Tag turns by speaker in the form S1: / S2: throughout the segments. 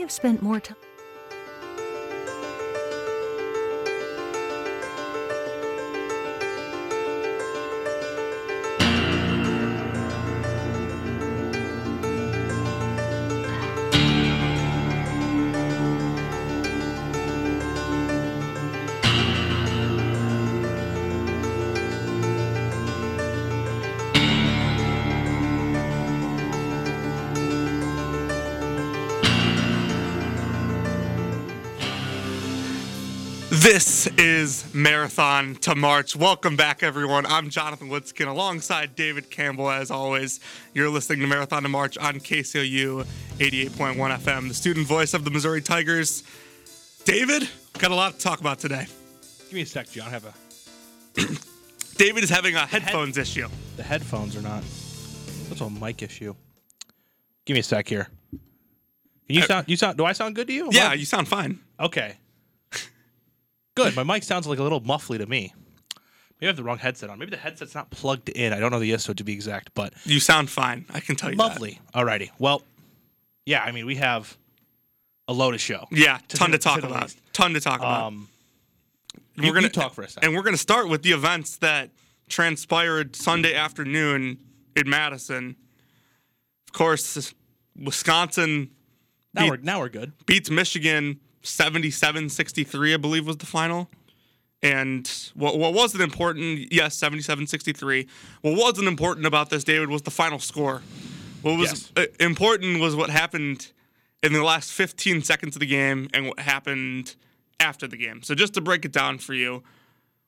S1: have spent more time.
S2: This is Marathon to March. Welcome back, everyone. I'm Jonathan Woodskin alongside David Campbell, as always. You're listening to Marathon to March on KCOU 88.1 FM, the student voice of the Missouri Tigers. David, got a lot to talk about today.
S3: Give me a sec, John. I have a
S2: David is having a headphones issue.
S3: the headphones are not. That's a mic issue. Give me a sec here. Can you sound you sound do I sound good to you? Am
S2: Uh, Yeah,
S3: I-
S2: you sound fine.
S3: okay. good. My mic sounds like a little muffly to me. Maybe I have the wrong headset on. Maybe the headset's not plugged in. I don't know the ISO to be exact, but
S2: You sound fine. I can tell you. that.
S3: lovely. Alrighty. Well, yeah, I mean we have a loaded show.
S2: Yeah,
S3: To
S2: ton
S3: the-
S2: to talk
S3: to the
S2: about.
S3: least.
S2: Ton to talk about.
S3: Um
S2: And
S3: you- you talk for a second.
S2: And we're gonna start with the events that transpired Sunday afternoon in Madison. Of course, Wisconsin
S3: now we're now we're good.
S2: beats Michigan 77-63, I believe was the final. And what what wasn't important, yes, 77-63. What wasn't important about this, David, was the final score. What was
S3: Yes.
S2: uh, important was what happened in the last 15 seconds of the game and what happened after the game. So just to break it down for you,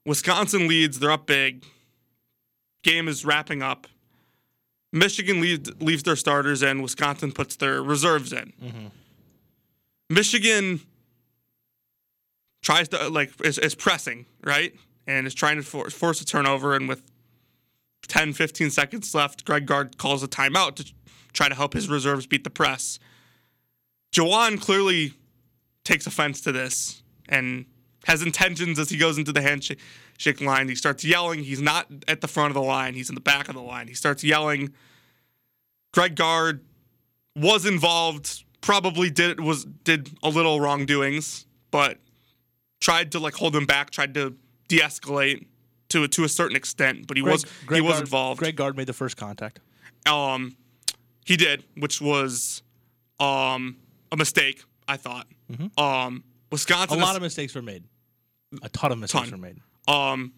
S2: Wisconsin leads, they're up big. Game is wrapping up. Michigan leaves, leaves their starters in, Wisconsin puts their reserves in. Michigan tries to like is, is pressing right and is trying to for- force a turnover and with 10 15 seconds left greg gard calls a timeout to try to help his reserves beat the press Jawan clearly takes offense to this and has intentions as he goes into the handshake shake line he starts yelling he's not at the front of the line he's in the back of the line he starts yelling greg gard was involved, probably did was did a little wrongdoings, but tried to like hold him back, tried to de-escalate to to a certain extent, but he was he was
S3: Gard-
S2: involved.
S3: Greg Gard made the first contact.
S2: Um, he did, which was um a mistake, I thought. Um,
S3: Mm-hmm. A
S2: Wisconsin
S3: lot of mistakes were made. A ton of mistakes
S2: Ton.
S3: were made.
S2: um,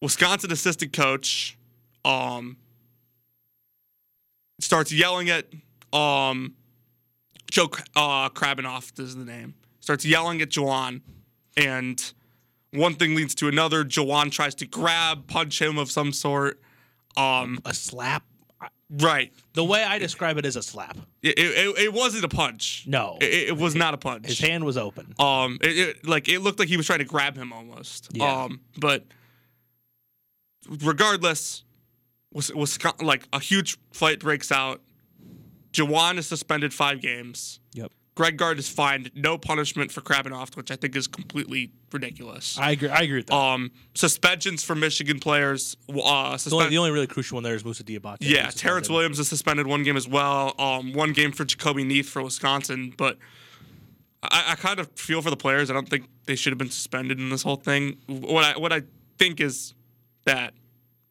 S2: Wisconsin assistant coach um, starts yelling at um, Joe K- uh, Krabinoff is the name. Starts yelling at Jawan, and one thing leads to another. Jawan tries to grab, punch him of some sort. Um,
S3: A slap.
S2: right.
S3: The way I describe it is a slap.
S2: It, it, it wasn't a punch.
S3: No.
S2: It- It, it was not a punch.
S3: His hand was open.
S2: Um, it, it like it looked like he was trying to grab him almost.
S3: Yeah.
S2: Um, but regardless, was was like a huge fight breaks out. Jawan is suspended five games.
S3: Yep.
S2: Greg Gard is fined no punishment for Krabinoff, which I think is completely ridiculous.
S3: I agree. I agree with that.
S2: um, suspensions for Michigan players. Uh,
S3: the, only,
S2: suspend-
S3: the only really crucial one there is Musa Diabate.
S2: yeah, Terrence Williams is suspended one game as well. Um, one game for Jacoby Neath for Wisconsin, but I, I kind of feel for the players. I don't think they should have been suspended in this whole thing. What I what I think is that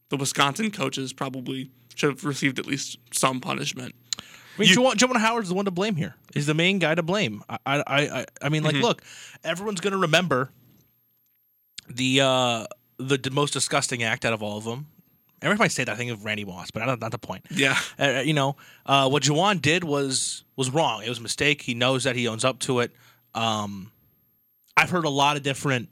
S2: the Wisconsin coaches probably should have received at least some punishment.
S3: I mean, Jawan, Jawan Howard's the one to blame here. He's the main guy to blame. I, I, I, I mean,
S2: Mm-hmm.
S3: like, look, everyone's gonna remember the uh, the d- most disgusting act out of all of them. Every time I say that, I think of Randy Moss, but I don't, not the point.
S2: Yeah,
S3: Uh, you know, uh, what Jawan did was was wrong. It was a mistake. He knows that. He owns up to it. Um, I've heard a lot of different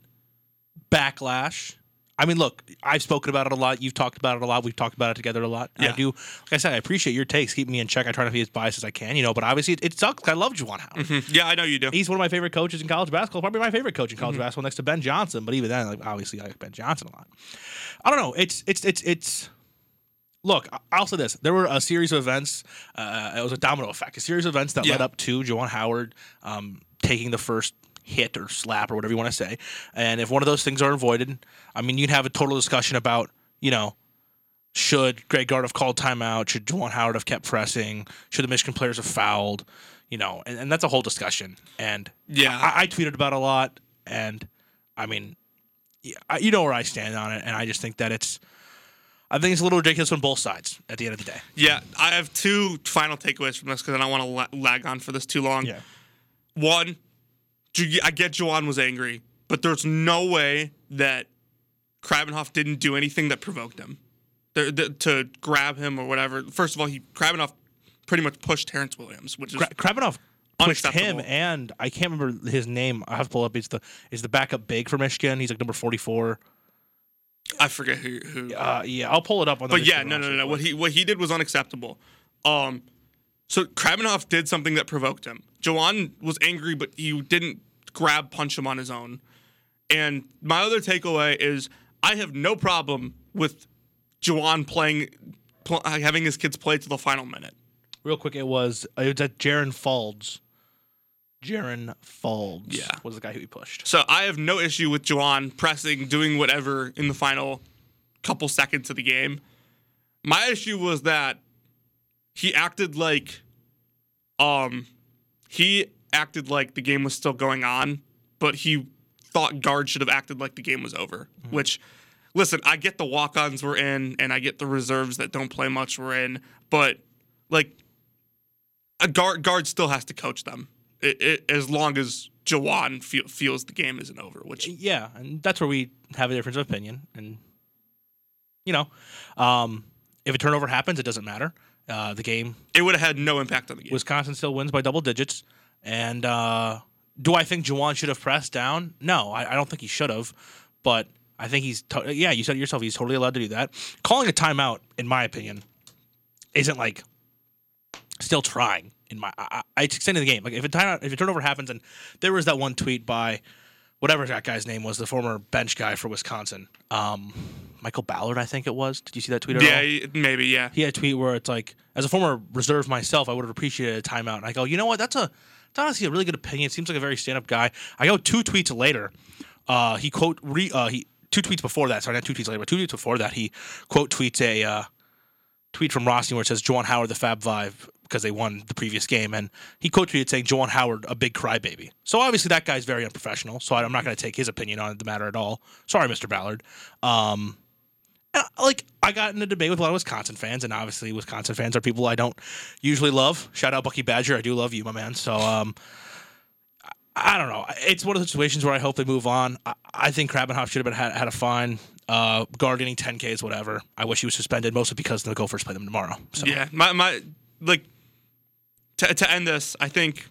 S3: backlash. I mean, look, I've spoken about it a lot. You've talked about it a lot. We've talked about it together a lot. And
S2: Yeah.
S3: I do, like I said, I appreciate your takes. Keep me in check. I try to be as biased as I can, you know. But obviously, it, it sucks. I love Juwan Howard.
S2: yeah, I know you do.
S3: He's one of my favorite coaches in college basketball. Probably my favorite coach in college basketball, next to Ben Johnson. But even then, like, obviously, I like Ben Johnson a lot. I don't know. It's it's it's it's. Look, I- I'll say this: there were a series of events. Uh, it was a domino effect, a series of events that led
S2: Yeah.
S3: up to Jawan Howard um, taking the first hit or slap or whatever you want to say. And if one of those things are avoided, I mean, you'd have a total discussion about you know should Greg Gard have called timeout? Should Juwan Howard have kept pressing? Should the Michigan players have fouled? you know, and, and that's a whole discussion. And
S2: Yeah.
S3: I, I tweeted about a lot, and I mean, yeah, I- you know where I stand on it, and I just think that it's, I think it's a little ridiculous on both sides at the end of the day.
S2: Yeah. I have two final takeaways from this because I don't want to la- lag on for this too long.
S3: Yeah.
S2: One, Ju- I get Juwan was angry, but there's no way that Krabenhoff didn't do anything that provoked him there, th- to grab him or whatever. First of all, he Krabenhoff pretty much pushed Terrence Williams, which is
S3: Kra- Krabanoff pushed him,
S2: Unacceptable.
S3: and I can't remember his name. I have to pull up. He's the he's the backup big for Michigan. He's like number forty four.
S2: I forget who. who
S3: Uh, yeah, I'll pull it up on. the
S2: but yeah,
S3: Michigan
S2: no, no,
S3: roster.
S2: no, no. What he what he did was unacceptable. Um, so Krabenhoff did something that provoked him. Jawan was angry, but he didn't grab punch him on his own. And my other takeaway is I have no problem with Jawan playing, pl- uh, having his kids play to the final minute.
S3: Real quick, it was it was at Jaron Falds. Jaron Falds.
S2: Yeah.
S3: was the guy who he pushed.
S2: So I have no issue with Jawan pressing, doing whatever in the final couple seconds of the game. My issue was that he acted like um he acted like the game was still going on, but he thought guard should have acted like the game was over.
S3: Mm-hmm.
S2: Which listen, I get the walk-ons were in and I get the reserves that don't play much were in, but like a guard guard still has to coach them it, it, as long as Jawan feel, feels the game isn't over, which
S3: Yeah, and that's where we have a difference of opinion, and you know, um, if a turnover happens, it doesn't matter. Uh, the game
S2: it would have had no impact on the game.
S3: Wisconsin still wins by double digits. And uh, do I think Juwan should have pressed down? No, I, I don't think he should have. But I think he's, to- yeah, you said it yourself, he's totally allowed to do that. Calling a timeout, in my opinion, isn't like still trying. In my, I, I, it's extending the game. Like if a timeout, if a turnover happens, and there was that one tweet by whatever that guy's name was, the former bench guy for Wisconsin, um, Michael Ballard, I think it was. Did you see that tweet? At all?
S2: yeah, y- maybe, yeah.
S3: he had a tweet where it's like, as a former reserve myself, I would have appreciated a timeout. And I go, you know what? That's a that's honestly a really good opinion. Seems like a very stand up guy. I go two tweets later. Uh, he quote re uh, he two tweets before that. Sorry, not two tweets later, but two tweets before that. He quote tweets a uh, tweet from Rossi where it says Juwan Howard the Fab Five because they won the previous game, and he quote tweeted saying Juwan Howard a big crybaby. So obviously that guy's very unprofessional. So I'm not going to take his opinion on the matter at all. Sorry, Mr. Ballard. Um, and, like I got in a debate with a lot of Wisconsin fans, and obviously Wisconsin fans are people I don't usually love. Shout out Bucky Badger, I do love you, my man. So um, I- I don't know. It's one of those situations where I hope they move on. I, I think Krabbenhoff should have been had, had a fine. Uh, gardening 10Ks, whatever. I wish he was suspended, mostly because the Gophers play them tomorrow. So
S2: Yeah, my my like to to end this, I think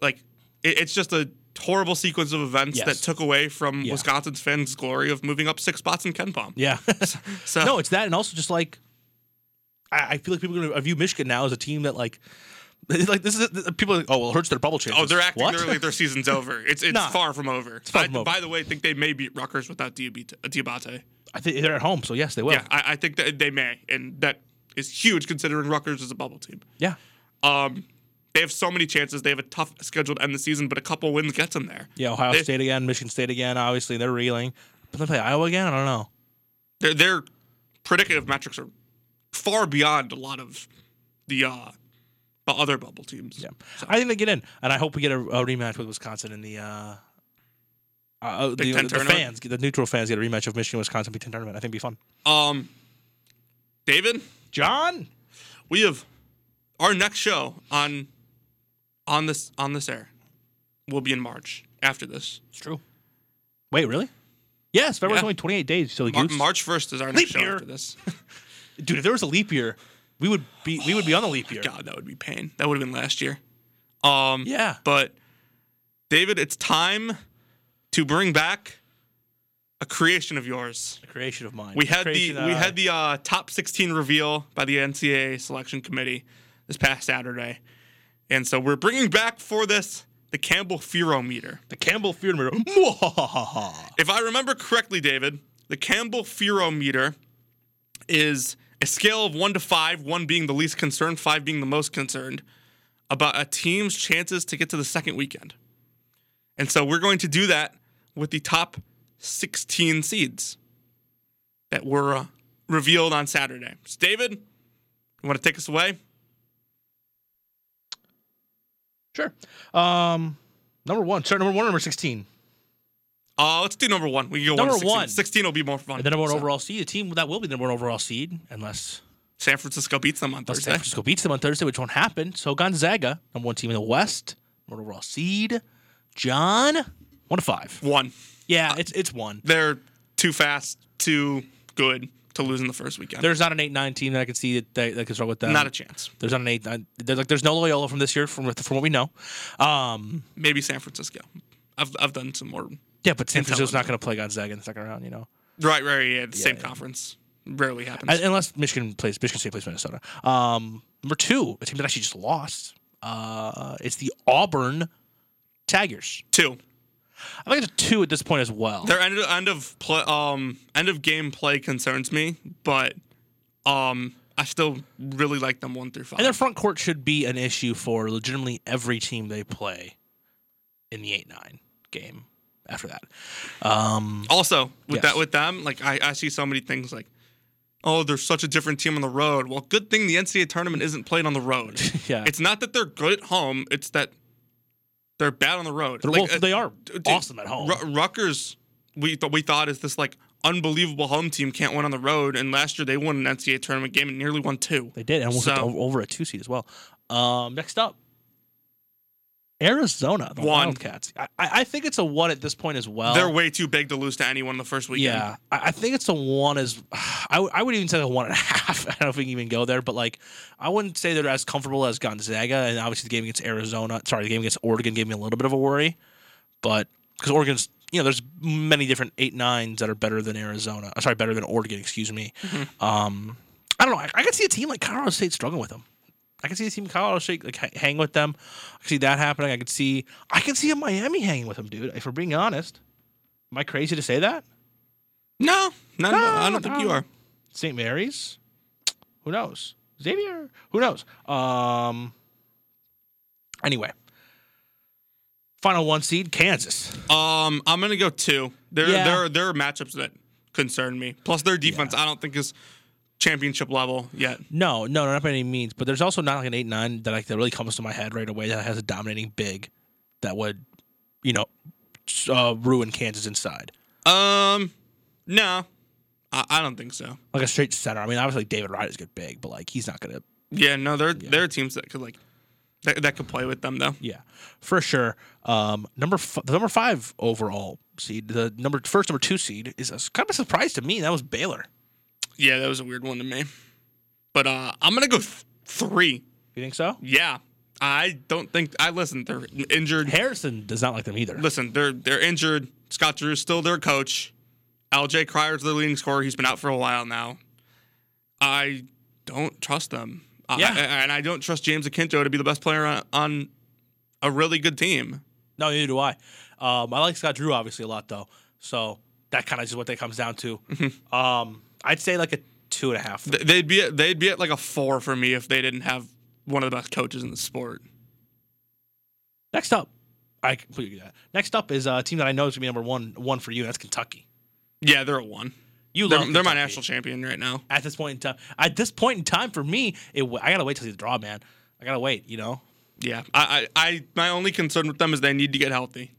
S2: like it, it's just a horrible sequence of events
S3: Yes.
S2: that took away from
S3: Yeah.
S2: Wisconsin's fans' glory of moving up six spots in Ken Palm.
S3: yeah.
S2: So
S3: no, it's that, and also just like I, I feel like people are going to view Michigan now as a team that like like this is people are like oh well it hurts their bubble chances.
S2: oh, they're acting
S3: What?
S2: they're like their season's over. It's it's
S3: Nah.
S2: far from over.
S3: far
S2: I,
S3: from over.
S2: By the way, I think they may beat Rutgers without Diabate- Diabate.
S3: I think they're at home, so yes, they will.
S2: Yeah, I, I think that they may, and that is huge considering Rutgers is a bubble team.
S3: yeah.
S2: Um, they have so many chances. They have a tough schedule to end the season, but a couple wins gets them there.
S3: Yeah, Ohio
S2: They-
S3: State again, Michigan State again. Obviously, they're reeling. But they play Iowa again. I don't know.
S2: Their their predictive metrics are far beyond a lot of the uh, the other bubble teams.
S3: Yeah, I think they get in, and I hope we get a, a rematch with Wisconsin in the. Uh, uh, the,
S2: Big Ten
S3: the
S2: tournament?
S3: fans, the neutral fans, get a rematch of Michigan Wisconsin Big Ten tournament. I think it'd be fun.
S2: Um, David,
S3: John,
S2: we have our next show on on this on this air will be in March after this.
S3: it's true. Wait, really? Yes, February's
S2: Yeah.
S3: only twenty eight days. So
S2: Mar- March first is our
S3: Leap
S2: next show
S3: year.
S2: after this.
S3: dude, if there was a leap year, we would be we would be on the leap year.
S2: God, that would be pain. That would have been last year. Um,
S3: Yeah,
S2: But David, it's time to bring back a creation of yours.
S3: a creation of mine.
S2: We had the
S3: Creation that
S2: we
S3: I-
S2: had the uh, top 16 reveal by the NCAA selection committee this past Saturday, and so we're bringing back for this the Campbell Furometer.
S3: the Campbell Fear Mirror. Mwahahaha.
S2: If I remember correctly, David, the Campbell Furometer is a scale of one to five, one being the least concerned, five being the most concerned, about a team's chances to get to the second weekend. And so we're going to do that with the top 16 seeds that were uh, revealed on Saturday. So, David, you want to take us away?
S3: Sure. Um, number one. Sorry, number one, or number sixteen.
S2: Uh, let's do number one. We can go
S3: Number
S2: one, to 16.
S3: one.
S2: 16 will be more fun.
S3: The number one
S2: So,
S3: overall seed. The team that will be the number one overall seed, unless
S2: San Francisco beats them on
S3: unless
S2: Thursday.
S3: San Francisco beats them on Thursday, which won't happen. So Gonzaga, number one team in the West, number one overall seed. John, one to five.
S2: One.
S3: Yeah, it's it's one.
S2: They're too fast, too good to lose in the first weekend.
S3: There's not an eight nine team that I can see that that, that can start with them.
S2: not a chance.
S3: there's not an eight nine. There's like there's no Loyola from this year from from what we know. Um,
S2: Maybe San Francisco. I've, I've done some more.
S3: yeah, but San Francisco's not
S2: Intelligent.
S3: going to play Gonzaga in the second round. You know.
S2: Right, right, yeah. The same
S3: yeah.
S2: conference. Rarely happens.
S3: I- unless Michigan plays Michigan State plays Minnesota. Um, number two, a team that actually just lost. Uh, it's the Auburn Tigers.
S2: Two.
S3: I think it's a two at this point as well.
S2: Their end of, end of play, um end of game play concerns me, but um I still really like them one through five.
S3: and their front court should be an issue for legitimately every team they play in the eight nine game. After that, um,
S2: also with
S3: Yes.
S2: that with them, like I, I see so many things like, oh, they're such a different team on the road. Well, good thing the NCAA tournament isn't played on the road.
S3: yeah,
S2: it's not that they're good at home; it's that they're bad on the road.
S3: They're-
S2: Like,
S3: well,
S2: uh,
S3: they are
S2: dude,
S3: awesome at home.
S2: Ru- Rutgers, we th- we thought is this like unbelievable home team can't win on the road, and last year they won an NCAA tournament game and nearly won two.
S3: They did, and almost got
S2: So-
S3: over, over a two seed as well. Um, next up, Arizona, the
S2: One.
S3: Wildcats. I, I I think it's a one at this point as well.
S2: They're way too big to lose to anyone the first weekend.
S3: Oh. Yeah, I, I think it's a one as I, w- I would even say a one and a half. I don't know if we can even go there, but like I wouldn't say they're as comfortable as Gonzaga, and obviously the game against Arizona, sorry, the game against Oregon gave me a little bit of a worry, but because Oregon's you know there's many different eight nines that are better than Arizona, uh, sorry, better than Oregon, excuse me. Um, I don't know. I, I could see a team like Colorado State struggling with them. I could see a team Colorado State like ha- hang with them. I could see that happening. I could see I could see a Miami hanging with them, dude. If we're being honest, am I crazy to say that?
S2: No, no, no, I
S3: No,
S2: don't think you
S3: no.
S2: are.
S3: St. Mary's? Who knows? Xavier? Who knows? Um. Anyway, final one seed Kansas.
S2: Um, I'm gonna go two. There,
S3: Yeah.
S2: there, are, there are matchups that concern me. Plus, their defense, I don't think is championship level yet.
S3: No, no, not by any means. But there's also not like an eight nine that like that really comes to my head right away that has a dominating big that would, you know, s- uh, ruin Kansas inside.
S2: Um, no, I, I don't think so.
S3: Like a straight center. I mean, obviously David Ryder's good big, but like he's not gonna.
S2: Yeah, no, there, there are teams that could like that, that could play with them though.
S3: Yeah, for sure. Um, number f- the number five overall seed, the number first number two seed is a, kind of a surprise to me. That was Baylor.
S2: Yeah, that was a weird one to me. But uh, I'm gonna go th- three.
S3: You think so?
S2: Yeah, I don't think I listen. They're injured.
S3: Harrison does not like them either.
S2: Listen, they're they're injured. Scott Drew's still their coach. LJ Cryer's their leading scorer. He's been out for a while now. I don't trust them. I-
S3: Yeah.
S2: I- and I don't trust James Akinto to be the best player on, on a really good team.
S3: No, neither do I. Um, I like Scott Drew obviously a lot though, so that kind of is what that comes down to.
S2: Mm-hmm.
S3: Um, I'd say like a two and a half.
S2: Th- They'd be at, they'd be at like a four for me if they didn't have one of the best coaches in the sport.
S3: Next up, I completely agree with that. Next up is a team that I know is gonna be number one one for you. and That's Kentucky.
S2: Yeah, they're a one.
S3: You
S2: They're,
S3: love
S2: they're my
S3: Kentucky.
S2: national champion right now.
S3: at this point in time. At this point in time for me, it w- I gotta wait till see the draw, man. I gotta wait. You know,
S2: Yeah, I, I, I my only concern with them is they need to get healthy.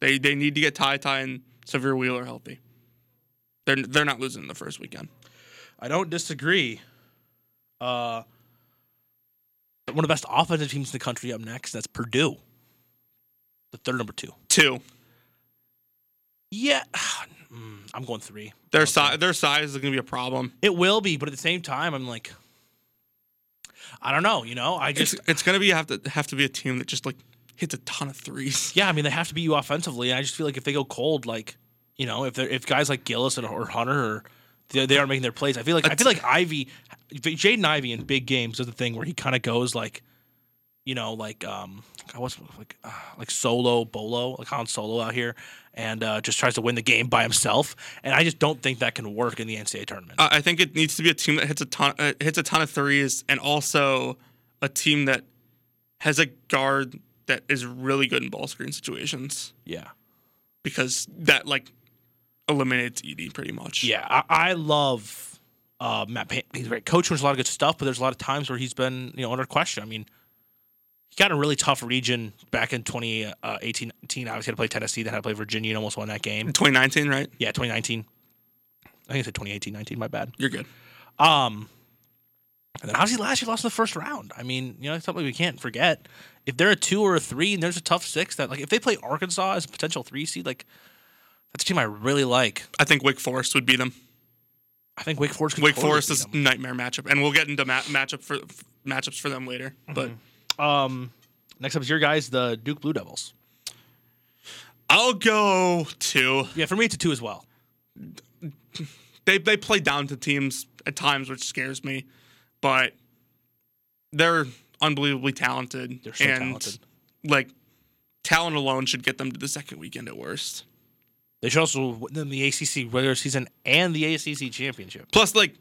S2: They they need to get Ty Ty and Severe Wheeler healthy. They're they're not losing the first weekend.
S3: I don't disagree. Uh, one of the best offensive teams in the country up next. That's Purdue. The third number two.
S2: Two,
S3: Yeah, Mm, I'm going three.
S2: their
S3: Okay.
S2: size their size is gonna be a problem.
S3: It will be, but at the same time, I'm like, I don't know. You know, I just
S2: It's it's gonna be have to have to be a team that just like hits a ton of threes.
S3: yeah. I mean, they have to beat you offensively. And I just feel like if they go cold, like you know, if they're if guys like Gillis and or Hunter or they, they are making their plays, I feel like I feel like Ivy, Jaden Ivy in big games does the thing where he kind of goes like, you know, like um, I was like uh, like solo Bolo like Han Solo out here and uh, just tries to win the game by himself. And I just don't think that can work in the NCAA tournament.
S2: I I think it needs to be a team that hits a ton uh, hits a ton of threes and also a team that has a guard that is really good in ball screen situations
S3: yeah.
S2: because that like eliminates Edie pretty much.
S3: Yeah, I, I love uh, Matt Paint. He's a great coach, wins a lot of good stuff, but there's a lot of times where he's been, you know, under question. I mean, he got in a really tough region back in uh, 2018. I was had to play Tennessee, then had to play Virginia, and almost won that game.
S2: In 2019, right?
S3: Yeah, 2019. I think I said 2018, 19. My bad.
S2: You're good.
S3: Um, and then obviously last year lost in the first round. I mean, you know, it's something we can't forget. If they're a two or a three and there's a tough six, that like if they play Arkansas as a potential three seed, like that's a team I really like.
S2: I think Wake Forest would beat them.
S3: I think Wake Forest. Could
S2: Wake
S3: totally
S2: Forest
S3: beat
S2: is
S3: them.
S2: nightmare matchup, and we'll get into ma- matchup for f- matchups for them later.
S3: Mm-hmm.
S2: But
S3: Um, next up is your guys, the Duke Blue Devils.
S2: I'll go to
S3: Yeah, for me it's a two as well.
S2: they they play down to teams at times, which scares me, but they're unbelievably talented.
S3: They're so
S2: and,
S3: talented.
S2: Like talent alone should get them to the second weekend at worst.
S3: They should also win the ACC regular season and the ACC championship.
S2: Plus, like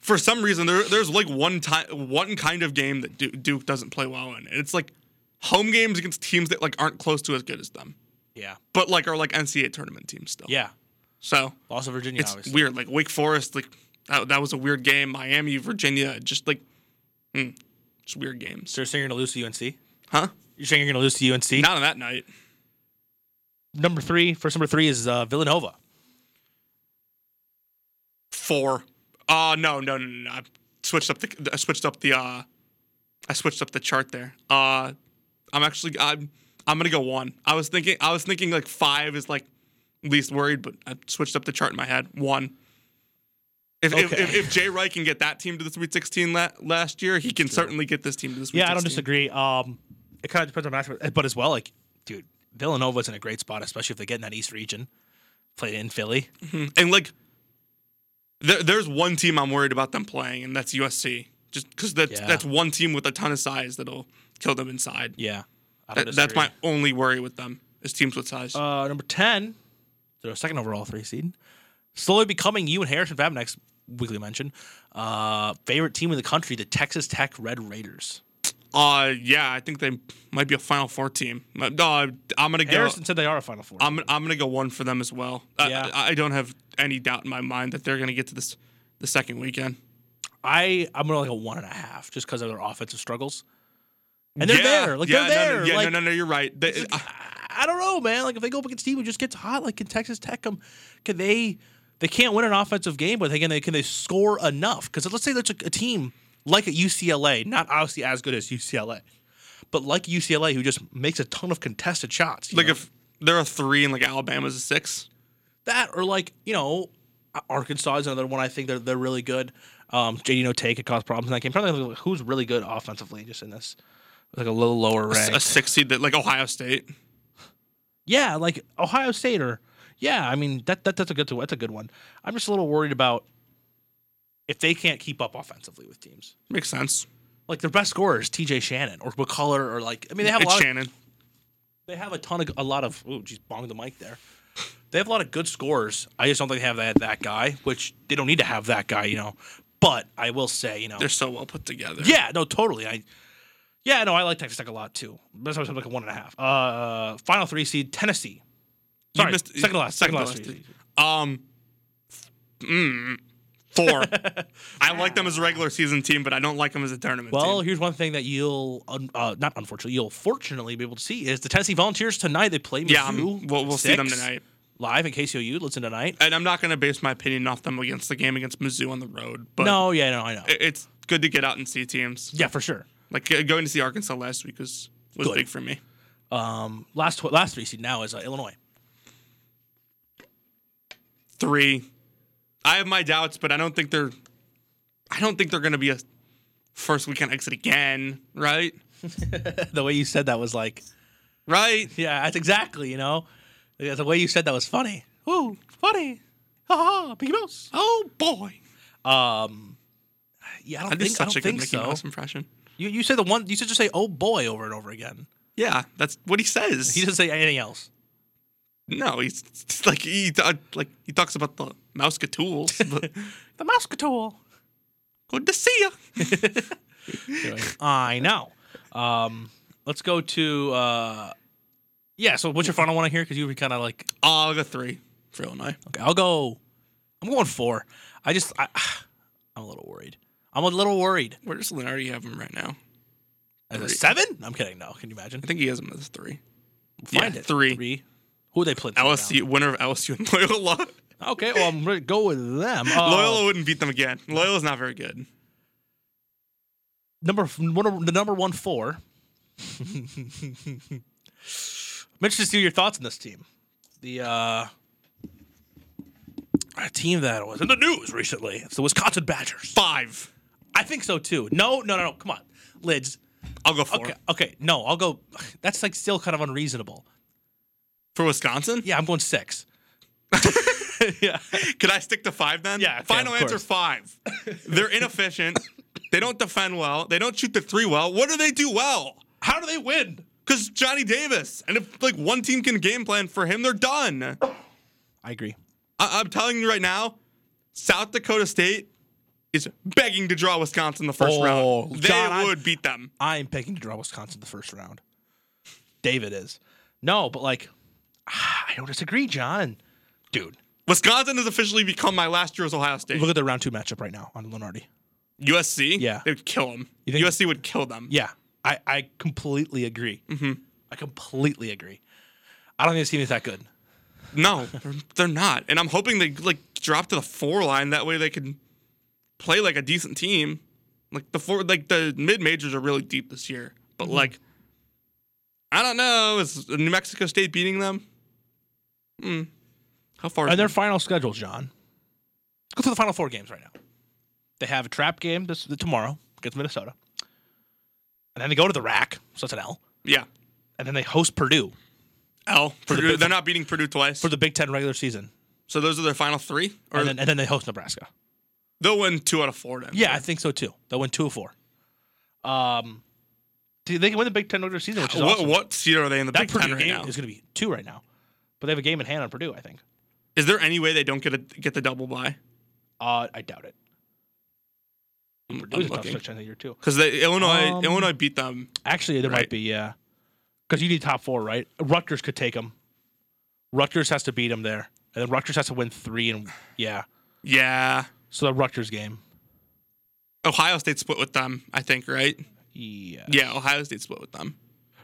S2: for some reason, there there's like one time one kind of game that Duke, Duke doesn't play well in, and it's like home games against teams that like aren't close to as good as them,
S3: Yeah,
S2: but like are like NCAA tournament teams still.
S3: yeah.
S2: So
S3: Lost to Virginia,
S2: it's
S3: obviously.
S2: weird. Like Wake Forest, like that, that was a weird game. Miami, Virginia, just like mm, just weird games.
S3: So you're saying you're gonna lose to UNC?
S2: Huh?
S3: You're saying you're gonna lose to UNC?
S2: Not on that night.
S3: Number three, first number three is uh, Villanova.
S2: Four. Uh no, no, no, no. no. I switched up the I switched up the uh I switched up the chart there. Uh I'm actually I'm I'm gonna go one. I was thinking I was thinking like five is like least worried, but I switched up the chart in my head. One. If, if,
S3: Okay.
S2: if, if Jay Wright can get that team to the Sweet 16 la- last year, he can certainly get this team to the Sweet 16.
S3: Yeah, I don't disagree. Um, it kind of depends on matchup, but as well, like, dude, Villanova's in a great spot, especially if they get in that East region, play in Philly.
S2: And like, there, there's one team I'm worried about them playing, and that's USC. Just because that's
S3: Yeah.
S2: that's one team with a ton of size that'll kill them inside.
S3: Yeah, I don't
S2: That, that's
S3: disagree.
S2: my only worry with them is teams with size.
S3: uh, number ten. They're a second overall three seed, slowly becoming you and Harrison Fab next weekly mention uh, favorite team in the country, the Texas Tech Red Raiders.
S2: Uh, yeah, I think they might be a Final Four team. Uh, No, I- I'm gonna go.
S3: Harrison said they are a Final Four.
S2: I'm I'm gonna go one for them as well. I-
S3: Yeah.
S2: I, I don't have any doubt in my mind that they're gonna get to this the second weekend.
S3: I I'm gonna like a one and a half just because of their offensive struggles, and they're
S2: Yeah,
S3: there. Like
S2: yeah,
S3: they're
S2: no,
S3: there.
S2: No, yeah,
S3: like,
S2: no, no, no, you're right. They-
S3: It's
S2: uh,
S3: like, I I don't know, man. Like if they go up against a team who just gets hot, like can Texas Tech them? Can they? They can't win an offensive game, but they can they can they score enough? Because let's say there's a, a team like a UCLA, not obviously as good as UCLA, but like UCLA who just makes a ton of contested shots. you
S2: like
S3: know?
S2: if they're a three and like Alabama's a six.
S3: that, or like you know, Arkansas is another one. I think they're they're really good. Um, JD no take could cause problems in that game. Probably like, who's really good offensively just in this, like a little lower
S2: a s-
S3: rank.
S2: a six seed that like Ohio State.
S3: Yeah, like Ohio State or yeah, I mean that, that that's a good that's a good one. I'm just a little worried about if they can't keep up offensively with teams.
S2: Makes sense.
S3: Like their best scorer is TJ Shannon or McCullough or like I mean they have a
S2: it's
S3: lot of,
S2: Shannon.
S3: they have a ton of a lot of ooh geez bonged the mic there. They have a lot of good scorers. I just don't think they have that that guy, which they don't need to have that guy, you know. But I will say, you know,
S2: They're so well put together.
S3: yeah, no, totally. I yeah, no, I like Texas Tech a lot too. That's why I was like a one and a half. Uh, final three seed Tennessee.
S2: You
S3: Sorry,
S2: missed-
S3: second to last, second to last. three seed.
S2: Um, mm, four. I like them as a regular season team, but I don't like them as a tournament
S3: Well,
S2: team.
S3: here's one thing that you'll un- uh, not unfortunately you'll fortunately be able to see is the Tennessee Volunteers tonight. They play Mizzou.
S2: Yeah, I'm- we'll,
S3: at
S2: we'll see them
S3: six,
S2: tonight.
S3: live at KCOU. Listen tonight.
S2: And I'm not going to base my opinion off them against the game against Mizzou on the road, but
S3: no, yeah, no, I know.
S2: i- it's good to get out and see teams.
S3: yeah, for sure.
S2: Like uh, going to see Arkansas last week was was
S3: Good.
S2: big for me.
S3: Um, last tw- last three seed now is uh, Illinois.
S2: Three. I have my doubts, but I don't think they're. I don't think they're going to be a first weekend exit again, right?
S3: the way you said that was like,
S2: Right?
S3: yeah, that's exactly. You know, Yeah, the way you said that was funny. Woo, funny. Ha ha, Mickey Mouse.
S2: Oh boy.
S3: Um, yeah, I don't
S2: That
S3: think
S2: is
S3: I
S2: such
S3: don't
S2: a good
S3: think
S2: Mickey
S3: so.
S2: Mouse impression.
S3: You you said the one you should just say oh boy over and over again.
S2: Yeah, that's what he says.
S3: He doesn't say anything else.
S2: no, he's it's like he ta- like he talks about the mouse tools. But
S3: The mouse couture.
S2: good to see you.
S3: I know. Um, let's go to uh, yeah. So what's your final one here? Because you were kind of like
S2: I'll go three for Illinois.
S3: okay, I'll go. I'm going four. I just I, I'm a little worried. I'm a little worried.
S2: Where does Lenardi have him right now?
S3: As a
S2: Three.
S3: seven? I'm kidding. No, can you imagine?
S2: I think he has him as three.
S3: We'll Find
S2: yeah,
S3: it.
S2: three.
S3: Three. Who are they playing?
S2: LSU winner of LSU and Loyola.
S3: Okay, well I'm ready to go with them. Uh,
S2: Loyola wouldn't beat them again. Loyola's not very good.
S3: number f- one, of- the number one four. I'm interested to see your thoughts on this team. The uh, a team that was in the news recently. It's the Wisconsin Badgers.
S2: Five.
S3: I think so too. No, no, no, no. Come on, lids.
S2: I'll go four
S3: Okay, okay. No, I'll go. That's like still kind of unreasonable.
S2: for Wisconsin.
S3: Yeah, I'm going six. yeah,
S2: Could I stick to five then?
S3: Yeah, okay,
S2: Final
S3: of
S2: answer
S3: course.
S2: five. They're inefficient. they don't defend well. They don't shoot the three well. What do they do well?
S3: how do they win?
S2: Because Johnny Davis. And if like one team can game plan for him, they're done.
S3: I agree.
S2: I- I'm telling you right now, South Dakota State is begging to draw Wisconsin the first
S3: Oh,
S2: round. They
S3: John, I-
S2: would beat them.
S3: I am picking to draw Wisconsin the first round. David is. No, but like, ah, I don't disagree, John. Dude,
S2: Wisconsin has officially become my last year's Ohio State.
S3: look at the round two matchup right now on Lenardi.
S2: USC,
S3: Yeah.
S2: they would kill them.
S3: You think-
S2: USC would kill them.
S3: Yeah, I, I completely agree.
S2: Mhm.
S3: I completely agree. I don't think this team is that good.
S2: No, they're, they're not. And I'm hoping they like drop to the four line. That way they can play like a decent team. Like the four, like the mid majors are really deep this year. But
S3: Mm-hmm.
S2: like, I don't know. Is New Mexico State beating them? Hmm. How far? is
S3: And their
S2: it?
S3: final schedule, John. Let's go through the final four games right now. They have a trap game this tomorrow against Minnesota, and then they go to the rack, so that's an L.
S2: yeah.
S3: And then they host Purdue
S2: L.
S3: the
S2: Purdue,
S3: Big-
S2: they're not beating Purdue twice.
S3: for the Big Ten regular season,
S2: so those are their final three. Or
S3: and then, and then they host Nebraska.
S2: they'll win two out of four. Then.
S3: Yeah, I think so too. They win two of four. Um, they they can win the Big Ten regular season, which is
S2: What
S3: awesome.
S2: what seed are they in the
S3: that
S2: Big
S3: Purdue
S2: Ten right
S3: game
S2: now?
S3: is
S2: Is,
S3: going to be two right now, but they have a game in hand on Purdue. I think.
S2: there any way they don't get a, get the double bye?
S3: Uh, I doubt it.
S2: I'm,
S3: Purdue's a tough
S2: looking
S3: stretch in the year too.
S2: because Illinois
S3: Um,
S2: Illinois beat them.
S3: Actually, there
S2: Right.
S3: might be yeah, because you need top four, right? Rutgers could take them. Rutgers has to beat them there, and then Rutgers has to win three, and yeah,
S2: Yeah.
S3: so the Rutgers game.
S2: Ohio State split with them, I think, right?
S3: Yeah.
S2: Yeah, Ohio State split with them.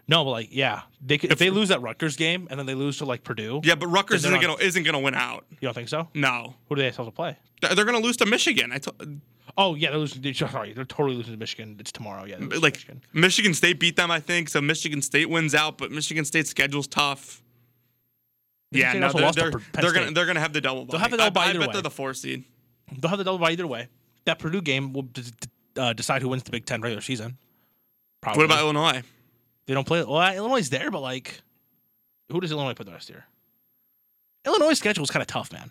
S3: No, but like yeah, they could, if they lose that Rutgers game and then they lose to like Purdue,
S2: Yeah, but Rutgers
S3: Then they're
S2: isn't gonna isn't gonna win out.
S3: you don't think so?
S2: No,
S3: Who do they have to play?
S2: Th- they're gonna lose to Michigan. I t-
S3: Oh yeah, they're losing. They're, sorry, they're totally losing to Michigan. It's tomorrow. Yeah, they're losing to
S2: like
S3: Michigan.
S2: Michigan State beat them, I think. So Michigan State wins out, but Michigan State's schedule's tough.
S3: Michigan
S2: Yeah,
S3: State
S2: no,
S3: also
S2: they're,
S3: lost to
S2: they're,
S3: Penn
S2: they're gonna
S3: State.
S2: they're gonna have the double. They'll
S3: have the double bye
S2: I,
S3: either
S2: bet
S3: way.
S2: they're the four seed.
S3: they'll have the double bye either way. That Purdue game will d- d- uh, decide who wins the Big Ten regular season. Probably.
S2: What about Illinois?
S3: they don't play? Well, Illinois is there, but like, who does Illinois put the rest here? Illinois' schedule is kind of tough, man.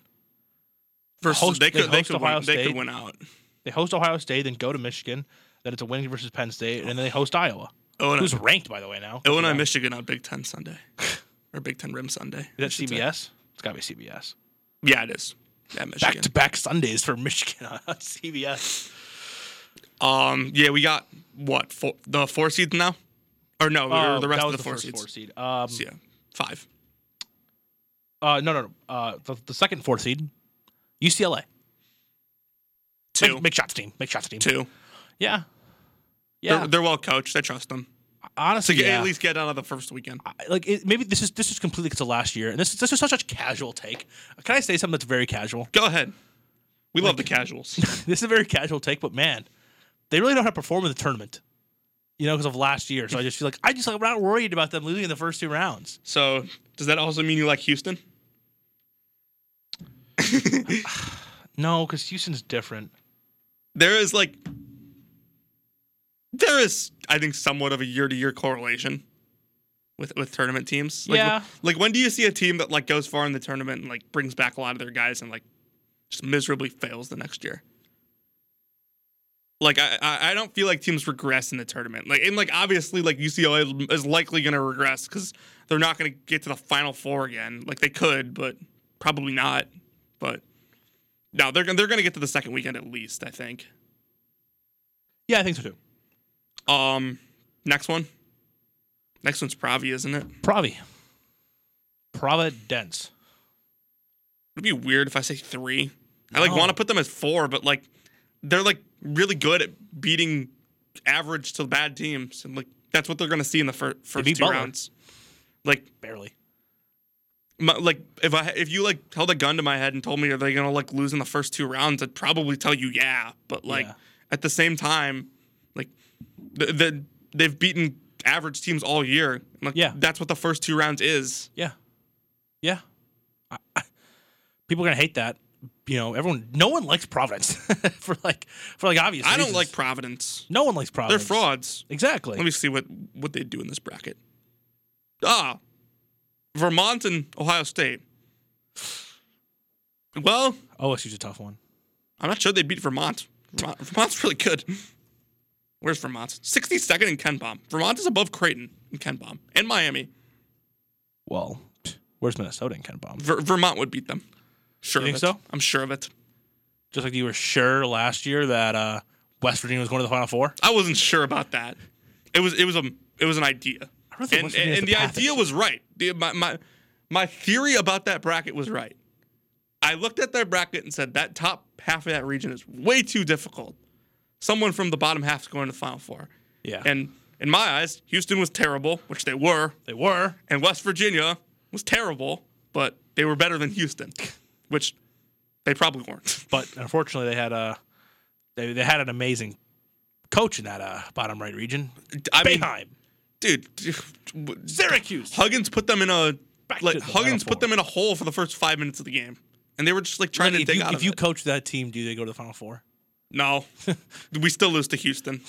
S2: Versus,
S3: Host-
S2: they
S3: they
S2: could they,
S3: host
S2: could
S3: Ohio
S2: win, they could
S3: State.
S2: win out.
S3: They host Ohio State, then go to Michigan. Then it's a win versus Penn State, and then they host Iowa,
S2: Illinois,
S3: who's ranked by the way now.
S2: Illinois,
S3: Yeah.
S2: Michigan on Big Ten Sunday or Big Ten Rim Sunday. I
S3: Is that
S2: should say.
S3: CBS? It's got to be CBS.
S2: Yeah, it is. Yeah, Michigan.
S3: Back to back Sundays for Michigan on CBS.
S2: Um, yeah, we got what four, the four seeds now, or no, or
S3: Uh,
S2: the rest
S3: that
S2: of
S3: was
S2: the four
S3: first
S2: seeds.
S3: four seed. Um,
S2: Yeah, five.
S3: Uh, no, no, no. Uh, the, the second fourth seed, UCLA.
S2: Two.
S3: Make, make shots team. Make shots team.
S2: Two.
S3: Yeah. Yeah.
S2: They're, they're well coached. I trust them to
S3: Honestly,
S2: get,
S3: yeah.
S2: at least get out of the first weekend.
S3: I- like it, maybe this is this is completely because of last year, and this is this is such a casual take. Can I say something that's very casual?
S2: Go ahead. We love the casuals.
S3: this is a very casual take, but man, they really know how to perform in the tournament. You know, because of last year. So I just feel like I just like I'm not worried about them losing in the first two rounds.
S2: so does that also mean you like Houston?
S3: No, because Houston's different.
S2: There is like, there is I think somewhat of a year to year correlation with with tournament teams. Like,
S3: Yeah.
S2: Like when do you see a team that like goes far in the tournament and like brings back a lot of their guys and like just miserably fails the next year? Like I, I I don't feel like teams regress in the tournament. Like and like obviously like UCLA is likely going to regress because they're not going to get to the final four again. Like they could, but probably not. But no, they're gonna- they're going to get to the second weekend at least. I think.
S3: Yeah, I think so too.
S2: Um, next one. Next one's Pravi, isn't it?
S3: Pravi. Providence.
S2: It'd be weird if I say three. I like
S3: No.
S2: want to put them as four, but like they're like really good at beating average to bad teams, and like That's what they're going to see in the fir- first two
S3: beat Butler.
S2: rounds. Like,
S3: barely.
S2: my, like if I if you like held a gun to my head and told me are they going to like lose in the first two rounds, I'd probably tell you yeah. But like
S3: Yeah.
S2: at the same time, like the, the they've beaten average teams all year. And, Like,
S3: Yeah.
S2: that's what the first two rounds is.
S3: Yeah, yeah. I, I, people are gonna hate that. You know, everyone. No one likes Providence for like for like obvious.
S2: I don't
S3: reasons.
S2: like Providence.
S3: No one likes
S2: They're
S3: Providence.
S2: frauds.
S3: Exactly.
S2: Let me see what what they do in this bracket. Ah, Vermont and Ohio State. Well,
S3: OSU's Oh, a tough one.
S2: I'm not sure they beat Vermont. Vermont Vermont's really good. Where's Vermont? 62nd in Ken Bomb. Vermont is above Creighton in Ken Bomb and Miami.
S3: Well, pfft, where's Minnesota and Ken Bomb?
S2: Ver- Vermont would beat them. Sure.
S3: You
S2: of
S3: think
S2: it.
S3: so?
S2: I'm sure of it.
S3: Just like you were sure last year that uh, West Virginia was going to the Final Four.
S2: I wasn't sure about that. It was it was a it was an idea.
S3: I really
S2: and
S3: think West
S2: and,
S3: Virginia's
S2: and
S3: the
S2: the idea
S3: pathest.
S2: was right. The, my, my my theory about that bracket was right. I looked at their bracket and said that top half of that region is way too difficult. Someone from the bottom half's going to the final four.
S3: Yeah,
S2: And in my eyes, Houston was terrible, which they were,
S3: they were.
S2: and West Virginia was terrible, but they were better than Houston, which they probably weren't.
S3: but unfortunately they had a they, they had an amazing coach in that uh, bottom right region.
S2: I mean,
S3: Bayheim,
S2: dude,
S3: Syracuse.
S2: Huggins put them in a
S3: Back
S2: like
S3: to the
S2: Huggins
S3: Final
S2: put them in a hole for the first five minutes of the game, and they were just like trying to
S3: If
S2: dig
S3: you,
S2: out
S3: if
S2: of
S3: you
S2: it.
S3: coach that team, do they go to the Final Four?
S2: No, we still lose to Houston.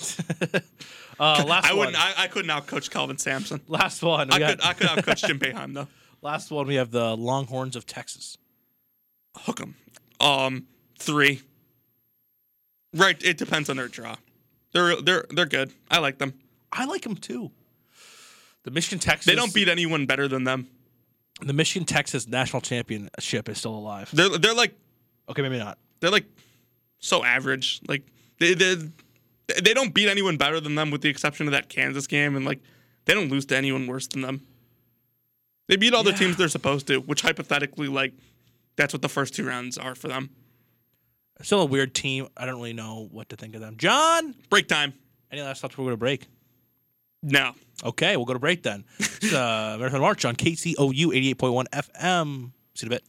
S3: Uh, last
S2: I
S3: one.
S2: wouldn't. I, I couldn't outcoach Calvin Sampson.
S3: last one. We
S2: I
S3: got-
S2: could. I could outcoach Jim Boeheim though.
S3: last one. We have the Longhorns of Texas.
S2: Hook 'em. Um, three. Right. It depends on their draw. They're they're they're good. I like them.
S3: I like them too. The Michigan Texas.
S2: They don't beat anyone better than them.
S3: the Michigan Texas national championship is still alive.
S2: They're they're like
S3: Okay, maybe not.
S2: they're like so average. Like they they they don't beat anyone better than them, with the exception of that Kansas game, and like they don't lose to anyone worse than them. They beat all
S3: Yeah.
S2: the teams they're supposed to, which hypothetically, like that's what the first two rounds are for them.
S3: Still a weird team. I don't really know what to think of them. John,
S2: Break time?
S3: any last thoughts before we go to break?
S2: No.
S3: Okay, we'll go to break then. It's, uh, Marathon March on KCOU 88.1 FM. See you in a bit.